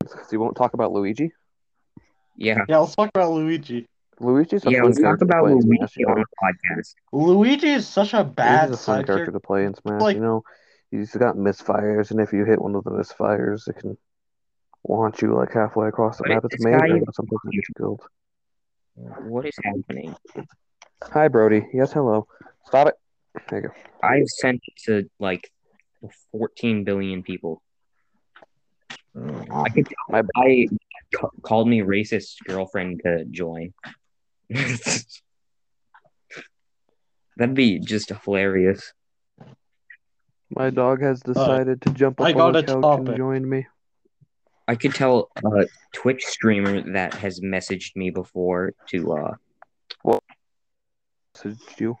Speaker 3: Because he won't talk about Luigi.
Speaker 1: Yeah.
Speaker 2: Yeah, let's talk about Luigi.
Speaker 3: Luigi's a
Speaker 1: Yeah,
Speaker 3: fun
Speaker 1: let's talk
Speaker 3: character
Speaker 1: about
Speaker 3: to play in
Speaker 1: Luigi
Speaker 3: Smash, you know?
Speaker 1: on the podcast.
Speaker 2: Luigi is such a bad
Speaker 3: Luigi's a fun
Speaker 2: side
Speaker 3: character
Speaker 2: character.
Speaker 3: to play in Smash.
Speaker 2: Like-
Speaker 3: you know, he's got misfires, and if you hit one of the misfires, it can launch you like halfway across the
Speaker 1: But
Speaker 3: map.
Speaker 1: it's
Speaker 3: It's
Speaker 1: this guy
Speaker 3: amazing.
Speaker 1: you-
Speaker 3: Sometimes it's killed.
Speaker 1: What is happening?
Speaker 3: Hi, Brody. Yes, hello. Stop it. There you go.
Speaker 1: I've sent it to like 14 billion people. I could
Speaker 3: My
Speaker 1: tell I ca- called me racist girlfriend to join. That'd be just hilarious.
Speaker 3: My dog has decided to jump up
Speaker 2: I
Speaker 3: on
Speaker 2: got
Speaker 3: the
Speaker 2: a
Speaker 3: couch
Speaker 2: topic.
Speaker 3: and join me.
Speaker 1: I could tell a Twitch streamer that has messaged me before to uh
Speaker 3: Messaged you.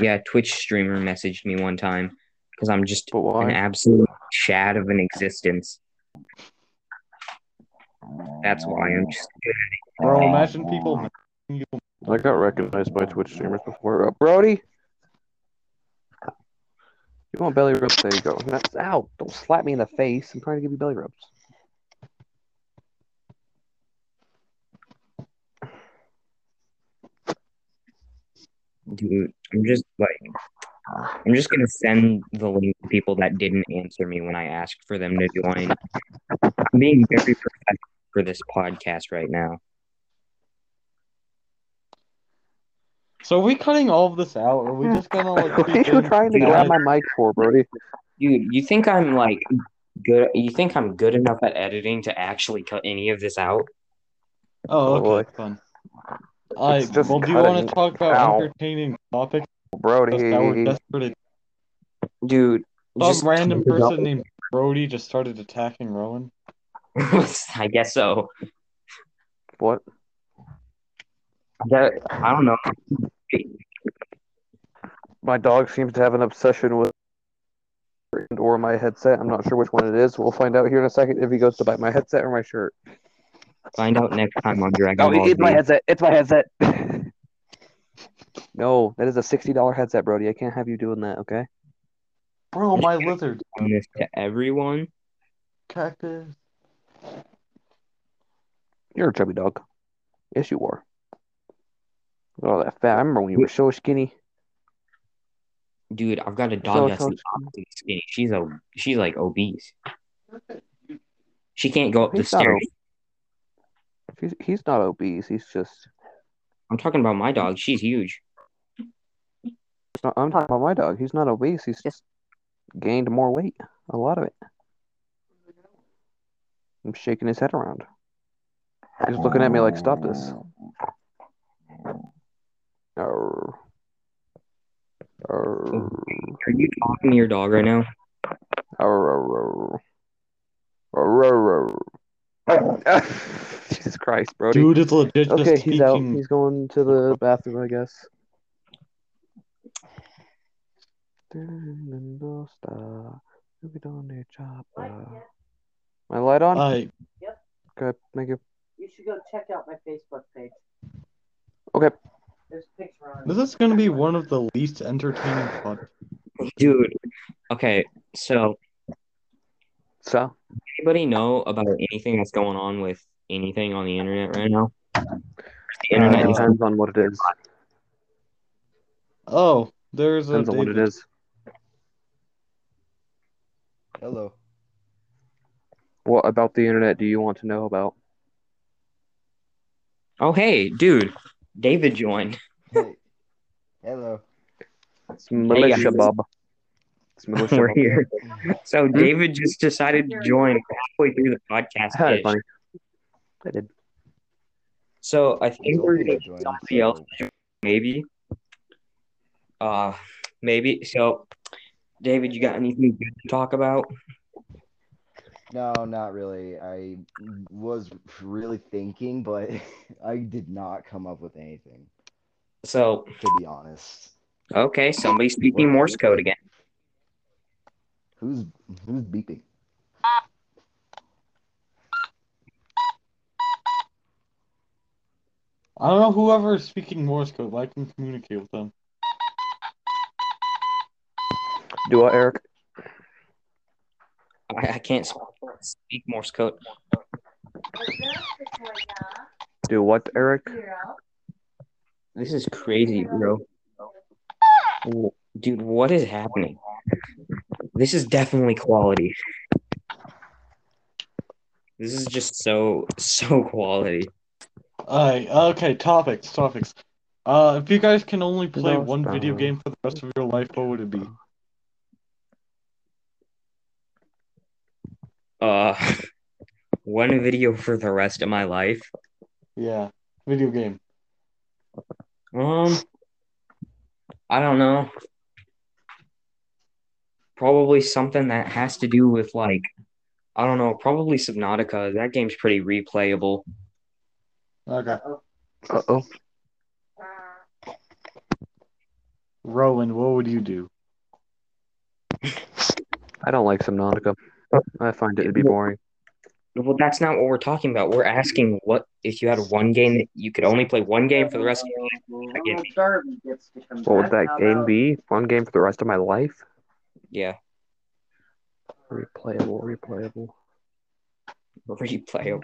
Speaker 1: yeah, Twitch streamer messaged me one time because I'm just
Speaker 3: But why?
Speaker 1: an absolute shad of an existence. That's why I'm just
Speaker 2: Bro, imagine people. you-
Speaker 3: I got recognized by Twitch streamers before. Uh, Brody, you want belly rubs? There you go. That's ow! Don't slap me in the face. I'm trying to give you belly rubs.
Speaker 1: dude. I'm just like I'm just gonna send the link to people that didn't answer me when I asked for them to join. I'm being very professional for this podcast right now.
Speaker 2: So are we cutting all of this out, or are we just gonna like?
Speaker 3: what are you
Speaker 2: begin-
Speaker 3: trying to grab my mic for, Brody?
Speaker 1: Dude, you think I'm like good you think I'm good enough at editing to actually cut any of this out?
Speaker 2: Oh,
Speaker 3: Oh,
Speaker 2: okay, fun. I
Speaker 3: It's just
Speaker 2: well, do you
Speaker 3: cutting
Speaker 2: want to talk about
Speaker 3: out.
Speaker 2: entertaining topics
Speaker 3: Brody,
Speaker 2: that were desperate?
Speaker 1: Dude,
Speaker 2: Some
Speaker 1: just-
Speaker 2: random person named Brody just started attacking Rowan.
Speaker 1: I guess so.
Speaker 3: what?
Speaker 1: That, I don't know.
Speaker 3: My dog seems to have an obsession with and or my headset. I'm not sure which one it is. We'll find out here in a second if he goes to bite my headset or my shirt.
Speaker 1: Find out next time on Dragon
Speaker 3: Oh,
Speaker 1: Ball
Speaker 3: it's my
Speaker 1: Z.
Speaker 3: headset. It's my headset. no, that is a sixty dollar headset, Brody. I can't have you doing that. Okay.
Speaker 2: Bro, my lizard
Speaker 1: Send this to everyone.
Speaker 2: cactus.
Speaker 3: You're a chubby dog. Yes, you are. Look at all that fat. I remember when you were so skinny.
Speaker 1: Dude, I've got a
Speaker 3: So
Speaker 1: dog that's
Speaker 3: close.
Speaker 1: not skinny. She's a she's like obese. She can't go up the
Speaker 3: He's not
Speaker 1: stairs.
Speaker 3: He's, he's not obese. He's just.
Speaker 1: I'm talking about my dog. She's huge.
Speaker 3: it's not- I'm talking about my dog. He's not obese. He's just gained more weight. A lot of it. I'm shaking his head around. He's looking at me like, stop this. Arr. Arr.
Speaker 1: Are you talking to your dog right now?
Speaker 3: Arr. Arr. Arr. Jesus Christ, Brody.
Speaker 2: Dude is legit just
Speaker 3: Okay, he's out.
Speaker 2: speaking.
Speaker 3: He's going to the bathroom, I guess.
Speaker 1: Uh,
Speaker 3: My light on?
Speaker 2: I
Speaker 3: okay, thank you.
Speaker 4: You should go check out my Facebook page.
Speaker 3: Okay.
Speaker 4: There's a picture on it.
Speaker 2: This is going to be one of the least entertaining podcasts.
Speaker 1: Dude, Okay, so
Speaker 3: So
Speaker 1: anybody know about anything that's going on with anything on the internet right now? The internet
Speaker 2: Uh,
Speaker 1: is-
Speaker 3: depends on what it is.
Speaker 2: Oh, there's a
Speaker 3: Depends on what it
Speaker 2: David.
Speaker 3: is.
Speaker 5: Hello.
Speaker 3: What about the internet do you want to know about?
Speaker 1: oh hey, dude, David joined.
Speaker 5: Hey. Hello.
Speaker 3: It's militia,
Speaker 1: guys.
Speaker 3: Bob. It's militia.
Speaker 1: We're
Speaker 3: Bob.
Speaker 1: here. So David just decided to join halfway through the podcast.
Speaker 3: Hi,
Speaker 1: ish.
Speaker 3: Bunny. I did.
Speaker 1: So I
Speaker 5: He's
Speaker 1: think we're
Speaker 5: only
Speaker 1: gonna
Speaker 5: joined,
Speaker 1: get somebody else
Speaker 5: so-
Speaker 1: maybe. Uh maybe. So David, you got anything good to talk about?
Speaker 5: No, not really. I was really thinking, but I did not come up with anything,
Speaker 1: So
Speaker 5: to be honest.
Speaker 1: okay, somebody's speaking Morse code again.
Speaker 5: Who's who's beeping?
Speaker 2: I don't know whoever's speaking Morse code, but I can communicate with them.
Speaker 3: Do I, Eric?
Speaker 1: I, I can't speak Morse code.
Speaker 3: Do what, Eric?
Speaker 1: This is crazy, bro. W- Dude, what is happening? This is definitely quality. This is just so so quality.
Speaker 2: Alright, okay, topics, topics. Uh, if you guys can only play
Speaker 3: No, it's
Speaker 2: one video
Speaker 3: fine.
Speaker 2: game for the rest of your life, what would it be?
Speaker 1: Uh one video for the rest of my life.
Speaker 2: Yeah, video game.
Speaker 1: Um, I don't know. Probably something that has to do with like, I don't know. Probably Subnautica. That game's pretty replayable.
Speaker 2: Okay.
Speaker 3: Uh oh.
Speaker 2: Rowan, what would you do?
Speaker 3: I don't like Subnautica. I find it to be boring.
Speaker 1: Well, that's not what we're talking about. We're asking what if you had one game that you could only play one game for the rest of your life.
Speaker 4: Little Darby gets to come
Speaker 3: What would that
Speaker 4: back. How
Speaker 3: game
Speaker 4: about-
Speaker 3: be? One game for the rest of my life?
Speaker 1: Yeah,
Speaker 3: Replayable, replayable.
Speaker 1: replayable.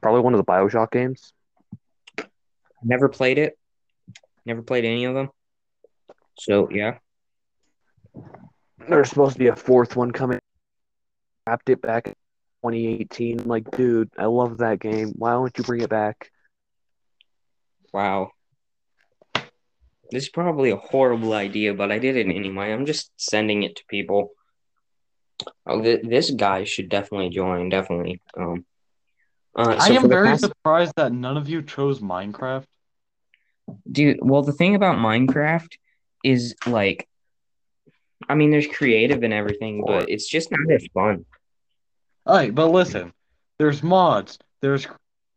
Speaker 3: Probably one of the Bioshock games.
Speaker 1: Never played it. Never played any of them. So yeah,
Speaker 3: There's supposed to be a fourth one coming. Wrapped it back in 2018. I'm like, dude, I love that game. Why don't you bring it back?
Speaker 1: wow. This is probably a horrible idea, but I did it anyway. I'm just sending it to people. Oh, th- this guy should definitely join. Definitely. Um, uh, so
Speaker 2: I
Speaker 1: for
Speaker 2: am
Speaker 1: the
Speaker 2: very
Speaker 1: past-
Speaker 2: surprised that none of you chose Minecraft.
Speaker 1: dude. Well, the thing about Minecraft is like, I mean, there's creative and everything, but it's just not as fun.
Speaker 2: Alright, but listen, there's mods, there's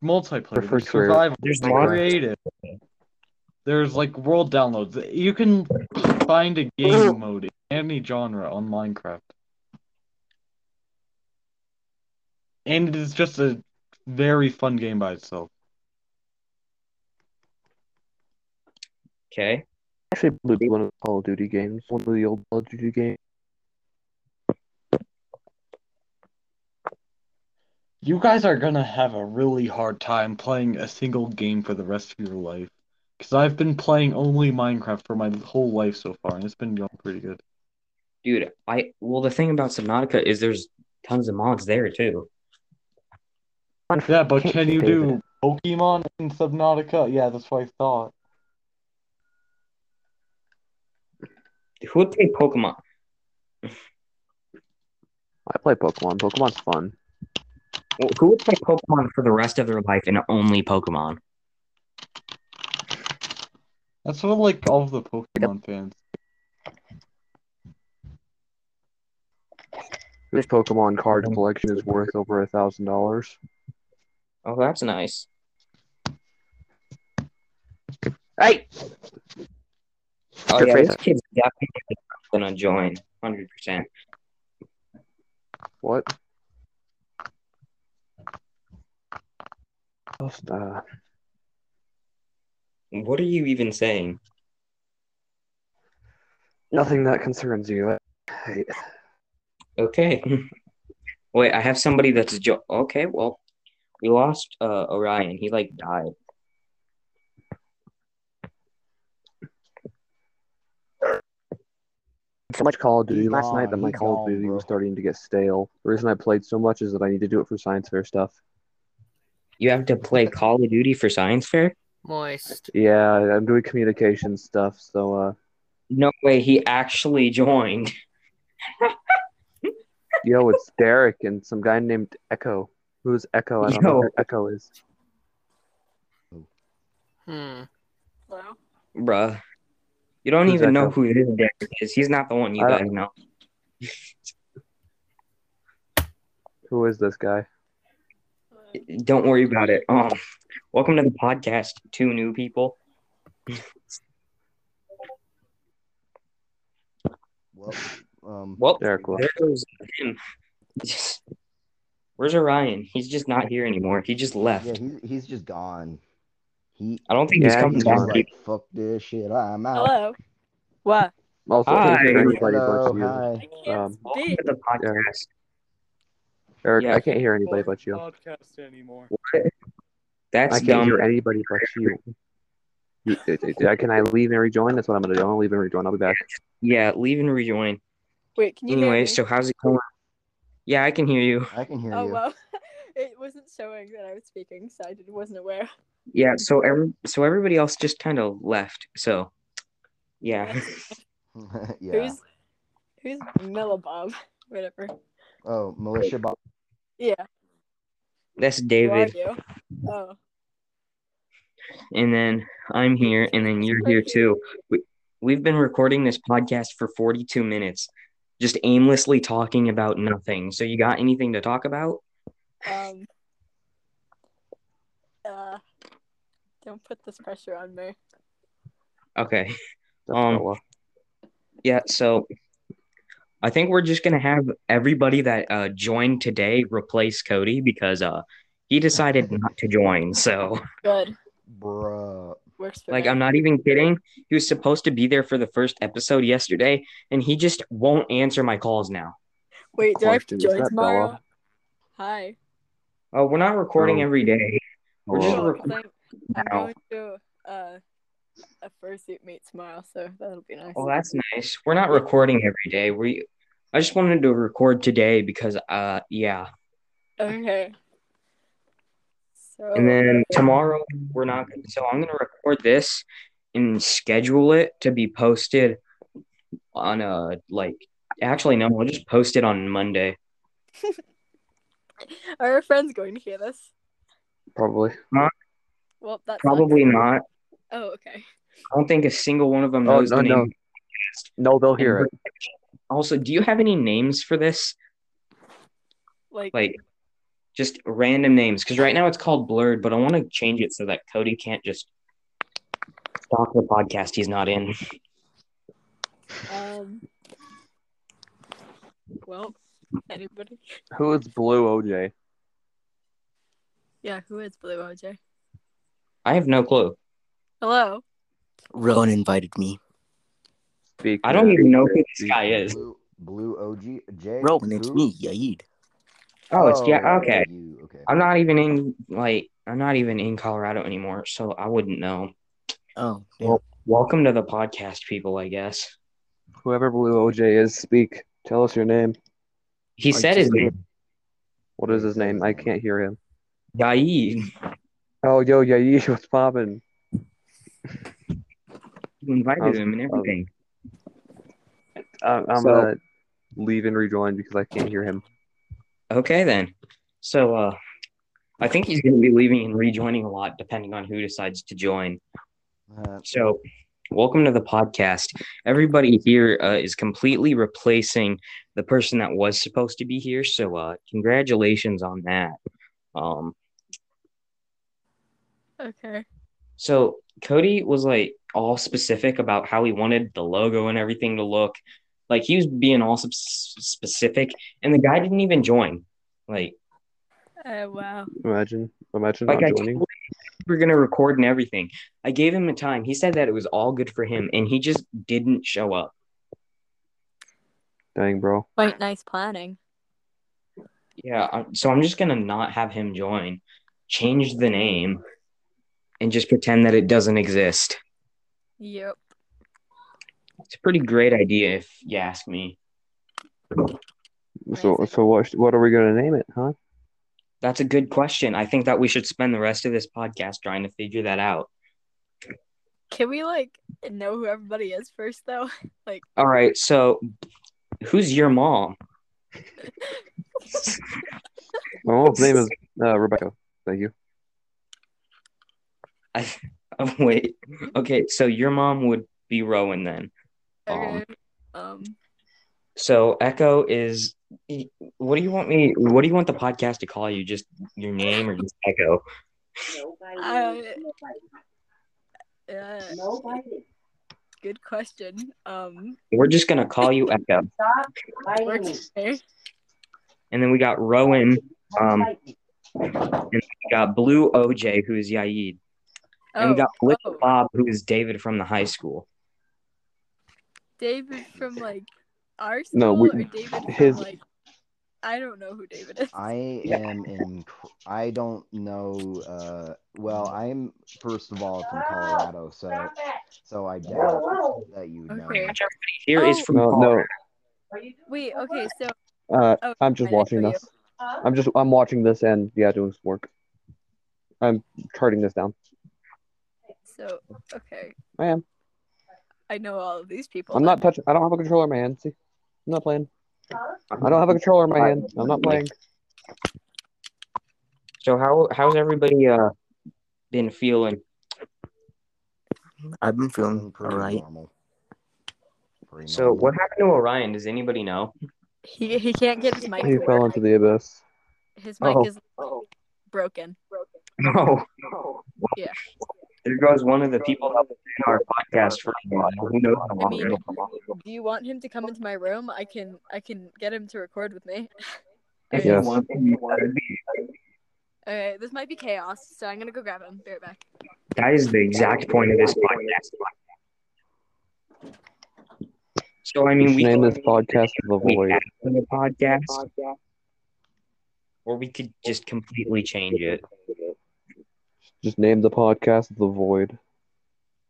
Speaker 2: multiplayer,
Speaker 3: Prefer
Speaker 2: there's
Speaker 3: to-
Speaker 2: survival,
Speaker 1: There's
Speaker 2: there's
Speaker 1: mod-
Speaker 2: creative, there's like world downloads. You can find a game mode in any genre on Minecraft. And it is just a very fun game by itself.
Speaker 1: Okay.
Speaker 3: Actually, it'd be one of the Call of Duty games. One of the old Call of Duty games.
Speaker 2: You guys are gonna have a really hard time playing a single game for the rest of your life. Because I've been playing only Minecraft for my whole life so far, and it's been going pretty good.
Speaker 1: Dude, I well, the thing about Subnautica is there's tons of mods there too.
Speaker 2: Yeah, but can you
Speaker 3: David.
Speaker 2: do Pokemon in Subnautica? Yeah, that's what I thought.
Speaker 1: Who would play Pokemon?
Speaker 3: I play Pokemon. Pokemon's fun.
Speaker 1: Well, who would play Pokemon for the rest of their life and only Pokemon?
Speaker 2: That's what like all of the Pokemon fans.
Speaker 3: This Pokemon card
Speaker 5: Um,
Speaker 3: collection is worth over a thousand dollars.
Speaker 1: Oh, that's nice.
Speaker 3: Hey,
Speaker 1: Oh
Speaker 3: Your
Speaker 1: yeah,
Speaker 3: face.
Speaker 1: this kid's definitely gonna join, hundred percent.
Speaker 3: what? Just, uh,
Speaker 1: What are you even saying?
Speaker 3: Nothing that concerns you. Hey,
Speaker 1: Okay. Wait, I have somebody that's a jo- okay. Well, we lost uh, Orion. He like died.
Speaker 3: so much Call of Duty
Speaker 5: He's
Speaker 3: last
Speaker 5: gone,
Speaker 3: night that my
Speaker 5: he's
Speaker 3: Call of
Speaker 5: gone,
Speaker 3: Duty
Speaker 5: bro.
Speaker 3: was starting to get stale. The reason I played so much is that I need to do it for science fair stuff.
Speaker 1: You have to play Call of Duty for science fair?
Speaker 6: Moist.
Speaker 3: Yeah, I'm doing communication stuff, so uh,
Speaker 1: No way. He actually joined.
Speaker 3: yo, it's Derek and some guy named Echo. Who's Echo? I don't know
Speaker 1: Yo.
Speaker 3: who Echo is.
Speaker 6: Hmm.
Speaker 7: Hello?
Speaker 1: Bruh. You don't
Speaker 3: Who's
Speaker 1: even know
Speaker 3: Echo?
Speaker 1: who this Derek is. He's not the one you
Speaker 3: I
Speaker 1: guys
Speaker 3: don't-
Speaker 1: know.
Speaker 3: Who is this guy?
Speaker 1: Don't worry about it. Um, welcome to the podcast, two new people.
Speaker 5: Well, um,
Speaker 1: Well,
Speaker 3: Derek left.
Speaker 1: there goes him. Just- Where's Orion? He's just not here anymore. He just left.
Speaker 5: yeah, he's he's just gone. He
Speaker 1: I don't think he's
Speaker 3: Yeah,
Speaker 1: coming
Speaker 5: he's
Speaker 3: he's
Speaker 1: back.
Speaker 3: not.
Speaker 5: like, fuck this shit. I'm out.
Speaker 7: Hello? What?
Speaker 3: Also,
Speaker 1: Hi.
Speaker 3: Eric, I can play your
Speaker 5: Hello,
Speaker 3: voice. You-
Speaker 7: I
Speaker 5: hi.
Speaker 7: can't
Speaker 3: Um,
Speaker 1: Welcome
Speaker 7: speak.
Speaker 1: to the podcast.
Speaker 3: Eric,
Speaker 1: Yeah.
Speaker 3: I can't hear anybody but you.
Speaker 8: podcast anymore.
Speaker 1: That's
Speaker 3: I can't
Speaker 1: dumb.
Speaker 3: hear anybody but you. You- I- I- Can I leave and rejoin? That's what I'm gonna do. I'm gonna leave and rejoin. I'll be back.
Speaker 1: Yeah, leave and rejoin.
Speaker 7: Wait, can you hear
Speaker 1: anyway,
Speaker 7: me?
Speaker 1: so how's it going? Yeah, I can hear you.
Speaker 5: I can hear
Speaker 7: Oh,
Speaker 5: you.
Speaker 7: well. it wasn't showing that I was speaking, so I did, wasn't aware.
Speaker 1: Yeah, so every so everybody else just kind of left. So, yeah,
Speaker 5: yeah.
Speaker 7: Who's who's Millibob? Whatever.
Speaker 5: Oh, militia Bob.
Speaker 7: Yeah.
Speaker 1: that's David,
Speaker 7: Who are you? Oh.
Speaker 1: and then I'm here, and then you're here too. We we've been recording this podcast for 42 minutes, just aimlessly talking about nothing. So, you got anything to talk about?
Speaker 7: Um. Uh. Don't put this pressure on me.
Speaker 1: Okay.
Speaker 3: That's
Speaker 1: Um,
Speaker 3: not well.
Speaker 1: Yeah, so I think we're just gonna have everybody that uh, joined today replace Cody because uh, he decided not to join. So,
Speaker 7: Good.
Speaker 5: Bruh.
Speaker 7: Works for
Speaker 1: like,
Speaker 7: me.
Speaker 1: I'm not even kidding. He was supposed to be there for the first episode yesterday, and he just won't answer my calls now.
Speaker 7: Wait, do I have to
Speaker 3: Question, is
Speaker 7: join
Speaker 3: that
Speaker 7: tomorrow?
Speaker 3: Bella?
Speaker 7: Hi.
Speaker 1: Oh, we're not recording
Speaker 3: Oh.
Speaker 1: every day. We're just
Speaker 3: Hello.
Speaker 7: Cool,
Speaker 1: rec-
Speaker 7: 'cause I'm, I'm
Speaker 1: now.
Speaker 7: going to uh, a fursuit meet tomorrow, so that'll be nice.
Speaker 1: Oh, that's nice. We're not recording every day. We, I just wanted to record today because, uh, yeah.
Speaker 7: okay. So
Speaker 1: And then tomorrow we're not gonna so I'm gonna record this and schedule it to be posted on a like actually no, we'll just post it on Monday.
Speaker 7: are our friends going to hear this?
Speaker 3: Probably.
Speaker 7: Well, that's
Speaker 1: Probably not.
Speaker 7: Oh, okay.
Speaker 1: I don't think a single one of them
Speaker 3: Oh
Speaker 1: knows
Speaker 3: no,
Speaker 1: the name.
Speaker 3: no, no, they'll hear it.
Speaker 1: Also, do you have any names for this?
Speaker 7: Like,
Speaker 1: Like just random names. Because right now it's called blurred, but I want to change it so that Cody can't just stop the podcast he's not in.
Speaker 7: um. Well, anybody?
Speaker 3: Who is Blue OJ?
Speaker 7: Yeah, who is Blue OJ?
Speaker 1: I have no clue.
Speaker 7: Hello.
Speaker 6: Rowan invited me.
Speaker 3: Speak.
Speaker 1: I don't
Speaker 3: man.
Speaker 1: even know who this guy is.
Speaker 5: Blue, blue OG. J.
Speaker 6: Rowan, it's
Speaker 5: who?
Speaker 6: me, Yaid.
Speaker 1: Oh, it's yeah,
Speaker 5: Oh,
Speaker 1: okay.
Speaker 5: You. Okay.
Speaker 1: I'm not even in like I'm not even in Colorado anymore, so I wouldn't know.
Speaker 6: Oh, damn.
Speaker 1: Well, welcome to the podcast, people. I guess
Speaker 3: Whoever Blue OJ is, speak. Tell us your name.
Speaker 1: he said his name.
Speaker 3: What is his name? I can't hear him.
Speaker 1: Yair.
Speaker 3: Oh, yo, Yayi, what's poppin'?
Speaker 1: You invited
Speaker 3: Um,
Speaker 1: him and everything.
Speaker 3: Uh, I'm
Speaker 1: So-
Speaker 3: gonna leave and rejoin because I can't hear him.
Speaker 1: Okay, then. So, uh, I think he's going to be leaving and rejoining a lot, depending on who decides to join.
Speaker 5: Uh,
Speaker 1: So, welcome to the podcast. Everybody here uh, is completely replacing the person that was supposed to be here. So, uh, congratulations on that. Um,
Speaker 7: Okay.
Speaker 1: So Cody was like all specific about how he wanted the logo and everything to look. Like he was being all sp- specific, and the guy didn't even join. Like,
Speaker 7: Oh wow.
Speaker 3: Imagine, imagine
Speaker 1: like I
Speaker 3: not joining.
Speaker 1: totally, we were gonna record and everything. I gave him a time. He said that it was all good for him, and he just didn't show up.
Speaker 3: Dang, bro.
Speaker 7: Quite nice planning.
Speaker 1: Yeah, I'm- so I'm just gonna not have him join, change the name, and just pretend that it doesn't exist.
Speaker 7: Yep.
Speaker 1: It's a pretty great idea, if you ask me.
Speaker 3: So, so what? What are we gonna name it, huh?
Speaker 1: That's a good question. I think that we should spend the rest of this podcast trying to figure that out.
Speaker 7: Can we like know who everybody is first though?
Speaker 1: All right, so who's your mom?
Speaker 3: My mom's name is uh, Rebecca. Thank you.
Speaker 1: I oh, wait. Okay, so your mom would be Rowan then. Um,
Speaker 7: Um.
Speaker 1: So Echo is. What do you want me? What do you want the podcast to call you? Just your name or just Echo?
Speaker 7: I- Uh,
Speaker 4: No biting.
Speaker 7: good question. Um.
Speaker 1: We're just gonna call you Echo,
Speaker 4: Stop biting.
Speaker 7: Works for me.
Speaker 1: and then we got Rowan.
Speaker 4: No
Speaker 1: Um,
Speaker 4: biting.
Speaker 1: We got Blue OJ, who is Yaid, and
Speaker 7: Oh,
Speaker 1: we got Blitz
Speaker 7: oh.
Speaker 1: Bob, who is David from the high school.
Speaker 7: David from like our school
Speaker 3: No, we-
Speaker 7: or David from
Speaker 3: his-
Speaker 7: like I don't know who David is.
Speaker 5: I
Speaker 1: Yeah.
Speaker 5: am in. I don't know. Uh, well, I'm first of all from
Speaker 4: Wow.
Speaker 5: Colorado, so
Speaker 4: Stop it.
Speaker 5: so I
Speaker 4: Wow.
Speaker 5: doubt that you would know.
Speaker 7: Okay.
Speaker 5: me.
Speaker 1: Here is
Speaker 7: Oh.
Speaker 1: from
Speaker 3: No,
Speaker 1: Colorado.
Speaker 3: no.
Speaker 4: Are you doing
Speaker 7: Wait,
Speaker 4: homework?
Speaker 7: okay, so
Speaker 3: Uh,
Speaker 7: Oh,
Speaker 3: I'm just
Speaker 7: I didn't
Speaker 3: watching
Speaker 7: know you.
Speaker 3: this.
Speaker 4: Huh?
Speaker 3: I'm just I'm watching this and yeah, doing some work. I'm charting this down.
Speaker 7: so okay,
Speaker 3: I am.
Speaker 7: I know all of these people.
Speaker 3: I'm
Speaker 7: then.
Speaker 3: not touching. I don't have a controller in my hand. See, I'm not playing.
Speaker 4: Huh?
Speaker 3: I don't have a controller in my hand. I'm not playing.
Speaker 1: So how how's everybody uh been feeling?
Speaker 6: I've been feeling
Speaker 5: Feeling pretty
Speaker 6: alright.
Speaker 5: normal. Pretty
Speaker 1: So what
Speaker 5: normal.
Speaker 1: happened to Orion? Does anybody know?
Speaker 7: He he can't get his mic.
Speaker 3: He
Speaker 7: to work.
Speaker 3: fell into the abyss.
Speaker 7: His mic
Speaker 1: Oh.
Speaker 7: is broken. Broken.
Speaker 1: No.
Speaker 7: Yeah.
Speaker 1: There goes one of the people that was in our podcast for a while. Who knows how
Speaker 7: I
Speaker 1: long
Speaker 7: mean,
Speaker 1: ago.
Speaker 7: do you want him to come into my room? I can I can get him to record with me.
Speaker 1: If
Speaker 3: Yes.
Speaker 1: you want, that'd be-
Speaker 7: Okay, this might be chaos, so I'm gonna go grab him. Be right back.
Speaker 1: that is the exact point of this podcast. So I
Speaker 3: I
Speaker 1: mean, we
Speaker 3: name this podcast the
Speaker 1: we
Speaker 3: void.
Speaker 1: add to the podcast, or we could just completely change it.
Speaker 3: Just name the podcast the void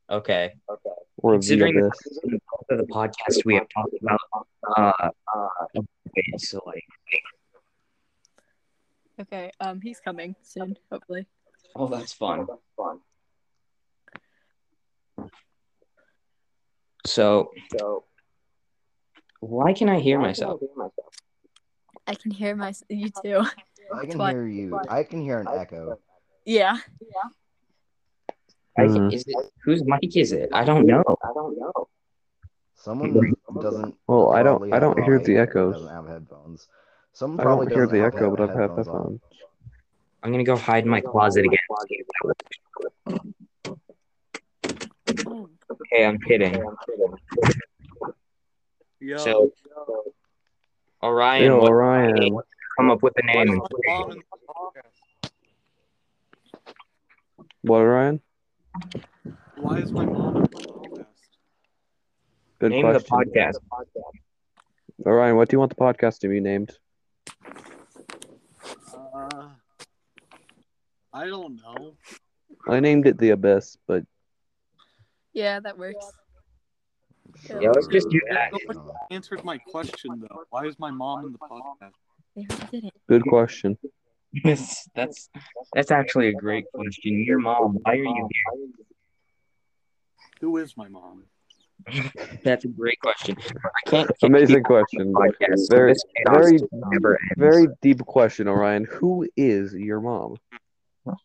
Speaker 1: Okay.
Speaker 3: or the
Speaker 1: Considering the,
Speaker 3: abyss.
Speaker 1: the bulk of the podcast we have talked about, uh, uh, it's like,
Speaker 7: Okay, um, he's coming soon, hopefully.
Speaker 1: oh, that's fun. So, why can I hear myself?
Speaker 7: I can hear my you too.
Speaker 5: I can
Speaker 7: Twice.
Speaker 5: hear you. I can hear an echo.
Speaker 7: Yeah.
Speaker 1: I
Speaker 3: Mhm.
Speaker 1: is it, whose mic is it? I don't know.
Speaker 5: Someone doesn't.
Speaker 3: Well, I don't.
Speaker 5: probably
Speaker 3: I
Speaker 5: have
Speaker 3: don't
Speaker 5: a
Speaker 3: hear
Speaker 5: mic
Speaker 3: the
Speaker 5: and
Speaker 3: echoes.
Speaker 5: Doesn't have headphones. Someone
Speaker 3: I
Speaker 5: probably
Speaker 3: don't hear
Speaker 5: doesn't
Speaker 3: the
Speaker 5: have
Speaker 3: echo, but I have
Speaker 5: headphones on.
Speaker 3: headphones.
Speaker 1: I'm gonna go hide in my closet again. Okay, I'm kidding. So, Orion,
Speaker 3: Yo,
Speaker 1: what's
Speaker 3: Orion.
Speaker 1: come up with a name.
Speaker 3: What, Orion?
Speaker 8: Why is my mom in the podcast?
Speaker 3: Good
Speaker 1: Name of the
Speaker 3: question.
Speaker 1: podcast.
Speaker 3: Orion, what do you want the podcast to be named?
Speaker 8: Uh, I don't know.
Speaker 3: I named it the abyss, but
Speaker 7: Yeah, that works.
Speaker 1: Yeah, let's just do that.
Speaker 8: Nobody answered my question though. Why is my mom in the podcast?
Speaker 7: Yeah, we did it.
Speaker 3: good question.
Speaker 1: That's that's that's actually a great question. Your mom, why are you
Speaker 8: Who is my mom?
Speaker 1: here? That's a great question. I can't.
Speaker 3: Amazing question.
Speaker 1: Podcast. so
Speaker 3: Very,
Speaker 1: this chaos
Speaker 3: very,
Speaker 1: never ends.
Speaker 3: very deep question, Orion. Who is your mom?
Speaker 8: You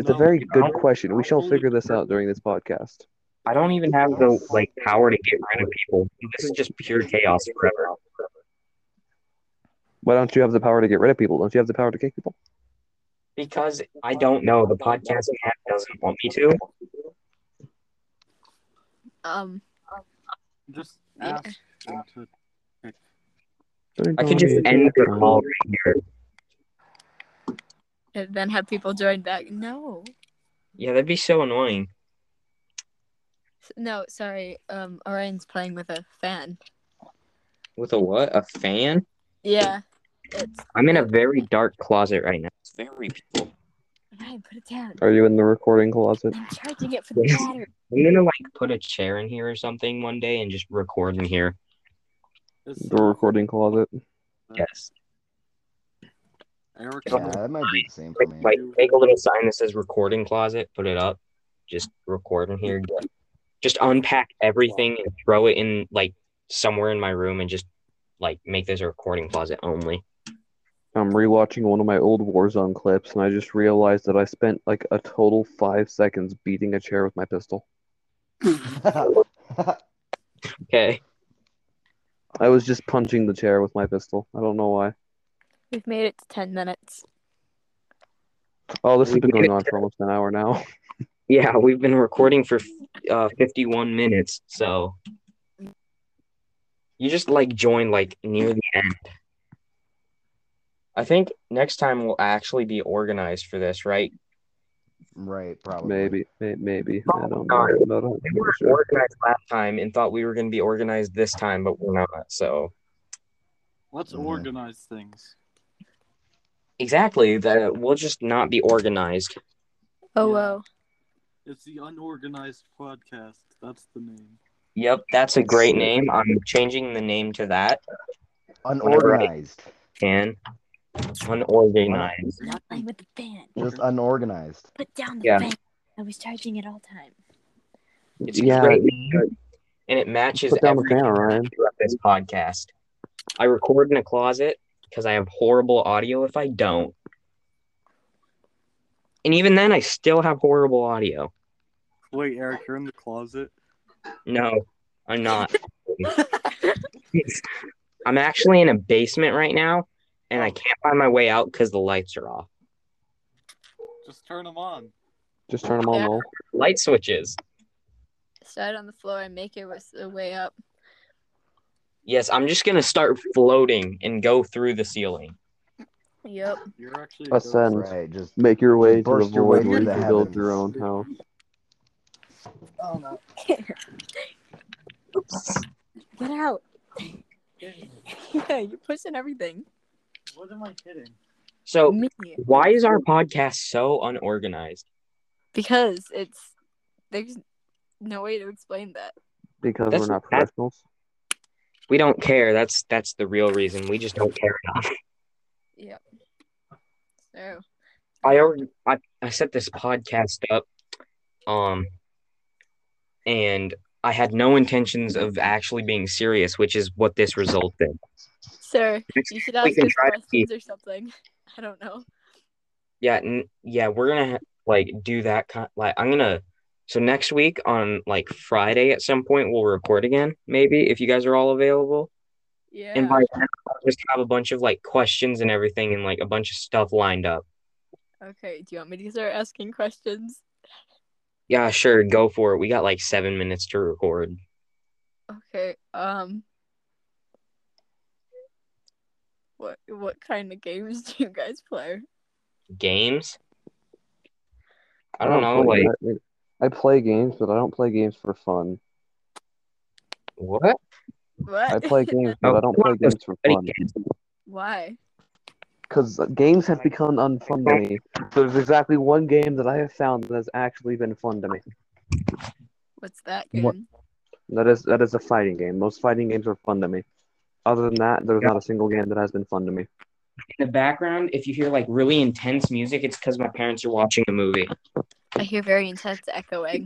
Speaker 3: It's a
Speaker 8: know,
Speaker 3: very good
Speaker 1: know,
Speaker 3: question. We shall figure this out during this podcast.
Speaker 1: I don't even have the like power to get rid of people. This is just pure chaos forever.
Speaker 3: Why don't you have the power to get rid of people? Don't you have the power to kick people?
Speaker 1: Because I don't know. The podcast app doesn't want me to.
Speaker 7: Um,
Speaker 8: just
Speaker 7: Yeah.
Speaker 8: ask them to
Speaker 3: Um,
Speaker 1: I could just end the call right here.
Speaker 7: and then have people join back. No,
Speaker 1: Yeah, that'd be so annoying.
Speaker 7: S- no, sorry. Um, Orion's playing with a fan.
Speaker 1: With a what? A fan?
Speaker 7: Yeah, it's
Speaker 1: I'm in a very dark closet right now. It's very peaceful.
Speaker 7: Ryan. Put it down.
Speaker 3: Are you in the recording closet?
Speaker 7: I'm charging it for the battery.
Speaker 1: I'm gonna like put a chair in here or something one day and just record in here.
Speaker 8: This-
Speaker 3: The recording closet.
Speaker 1: Yes.
Speaker 8: Eric,
Speaker 5: Yeah, that might be the same for me.
Speaker 1: Like make a little sign that says recording closet, put it up, just record in here. Get- Just unpack everything and throw it in like somewhere in my room and just like make this a recording closet only.
Speaker 3: I'm rewatching one of my old Warzone clips, and I just realized that I spent like a total five seconds beating a chair with my pistol.
Speaker 1: Okay.
Speaker 3: I was just punching the chair with my pistol. I don't know why.
Speaker 7: We've made it to ten minutes.
Speaker 3: Oh, this has been going on for almost an hour now.
Speaker 1: Yeah, we've been recording for uh, 51 minutes, so you just like join like near the end. I think next time we'll actually be organized for this, right?
Speaker 5: right, probably.
Speaker 3: Maybe, may- maybe. I don't know.
Speaker 1: God.
Speaker 3: I
Speaker 1: We
Speaker 3: don't know
Speaker 1: were
Speaker 3: for sure.
Speaker 1: organized last time and thought we were going to be organized this time, but we're not. So
Speaker 8: let's
Speaker 5: Mhm.
Speaker 8: organize things.
Speaker 1: exactly that we'll just not be organized.
Speaker 7: Oh
Speaker 8: Yeah.
Speaker 7: well.
Speaker 8: It's the unorganized podcast. That's the name.
Speaker 1: Yep, that's a great name. I'm changing the name to that.
Speaker 5: Unorganized.
Speaker 1: Can unorganized.
Speaker 7: Not playing with the fan.
Speaker 5: Just unorganized.
Speaker 7: Put down the
Speaker 1: Yeah.
Speaker 7: fan. I was charging it all time.
Speaker 1: It's a
Speaker 3: Yeah.
Speaker 1: great name, and it matches
Speaker 3: Put down the
Speaker 1: everything
Speaker 3: fan, Ryan.
Speaker 1: throughout this podcast. I record in a closet because I have horrible audio. If I don't, and even then, I still have horrible audio.
Speaker 8: Wait, Eric, you're in the closet.
Speaker 1: No, I'm not. I'm actually in a basement right now, and I can't find my way out because the lights are off.
Speaker 8: Just turn them on.
Speaker 3: Just turn them on
Speaker 7: Yeah.
Speaker 3: low.
Speaker 1: Light switches.
Speaker 7: Slide on the floor and make it with the way up.
Speaker 1: Yes, I'm just gonna start floating and go through the ceiling.
Speaker 7: Yep.
Speaker 8: You're actually.
Speaker 3: Ascend.
Speaker 5: Right, just
Speaker 3: Make your way to the
Speaker 5: Burst your way
Speaker 3: void where
Speaker 5: through
Speaker 3: you
Speaker 5: the
Speaker 3: can build your own
Speaker 5: heavens.
Speaker 3: house.
Speaker 7: Oops. Get out. yeah, you're pushing everything.
Speaker 8: What am I hitting?
Speaker 1: So,
Speaker 7: Me.
Speaker 1: why is our podcast so unorganized?
Speaker 7: Because it's there's no way to explain that.
Speaker 3: Because
Speaker 1: That's-
Speaker 3: we're not
Speaker 1: that's-
Speaker 3: professionals.
Speaker 1: We don't care. That's that's the real reason. We just don't care enough.
Speaker 7: Yep. So
Speaker 1: I already I, I set this podcast up, um, and I had no intentions of actually being serious, which is what this resulted.
Speaker 7: sir,
Speaker 1: Next
Speaker 7: you should
Speaker 1: we
Speaker 7: ask
Speaker 1: can
Speaker 7: us
Speaker 1: try to see-
Speaker 7: questions or something. I don't know.
Speaker 1: Yeah, n- yeah, we're gonna ha- like do that kind. Like, I'm gonna. So next week on like Friday at some point we'll record again, maybe if you guys are all available.
Speaker 7: Yeah.
Speaker 1: And by then I'll just have a bunch of like questions and everything, and like a bunch of stuff lined up.
Speaker 7: okay, do you want me to start asking questions?
Speaker 1: Yeah, sure, go for it. We got like seven minutes to record.
Speaker 7: Okay. Um what what kind of games do you guys play?
Speaker 1: Games. I don't know,
Speaker 3: play-
Speaker 1: like
Speaker 3: I, I play games, but I don't play games for fun.
Speaker 1: what?
Speaker 7: What?
Speaker 3: I play games, but
Speaker 1: Oh,
Speaker 3: I don't play games for fun.
Speaker 7: Why?
Speaker 3: because games have become unfun to me. There's exactly one game that I have found that has actually been fun to me.
Speaker 7: What's that game?
Speaker 3: What- That is that is a fighting game. Most fighting games are fun to me. Other than that, there's not a single game that has been fun to me.
Speaker 1: In the background, if you hear like really intense music, it's because my parents are watching a movie.
Speaker 7: I hear very intense echoing.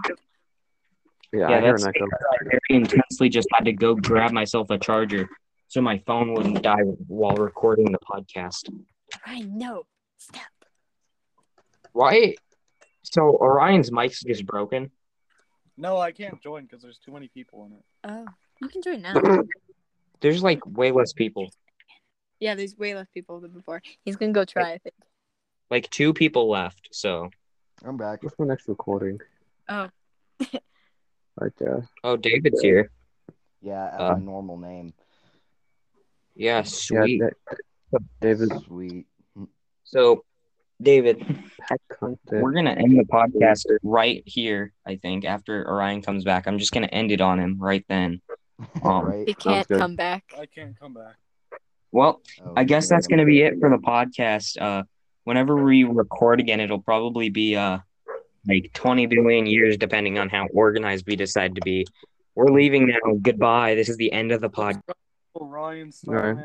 Speaker 1: Yeah,
Speaker 3: Yeah, I hear
Speaker 1: that's
Speaker 3: an echo.
Speaker 1: because I very intensely just had to go grab myself a charger so my phone wouldn't die while recording the podcast.
Speaker 7: Ryan, no. Stop.
Speaker 1: Why? So Orion's mic's just broken.
Speaker 8: No, I can't join because there's too many people in it.
Speaker 7: Oh. You can join now.
Speaker 1: There's like way less people.
Speaker 7: yeah, there's way less people than before. He's gonna go try, I think.
Speaker 1: Like two people left. So
Speaker 5: I'm back.
Speaker 3: What's my next recording?
Speaker 7: Oh.
Speaker 3: Right there.
Speaker 1: oh, David's here.
Speaker 5: Yeah, at
Speaker 1: Uh,
Speaker 5: my normal name.
Speaker 1: Yeah, sweet.
Speaker 3: Yeah, Da- David.
Speaker 5: Sweet.
Speaker 1: So David,
Speaker 3: Cunt, dude.
Speaker 1: we're gonna end the podcast right here. I think after Orion comes back, I'm just gonna end it on him right then. Um,
Speaker 5: right?
Speaker 7: He can't
Speaker 3: good.
Speaker 7: come back.
Speaker 8: I can't come back.
Speaker 1: Well,
Speaker 5: Oh,
Speaker 1: I guess that's
Speaker 5: yeah.
Speaker 1: gonna be it for the podcast. Uh, whenever we record again, it'll probably be uh like 20 billion years, depending on how organized we decide to be. We're leaving now. Goodbye. This is the end of the podcast.
Speaker 8: Orion
Speaker 3: All right.
Speaker 8: Oh, Starman.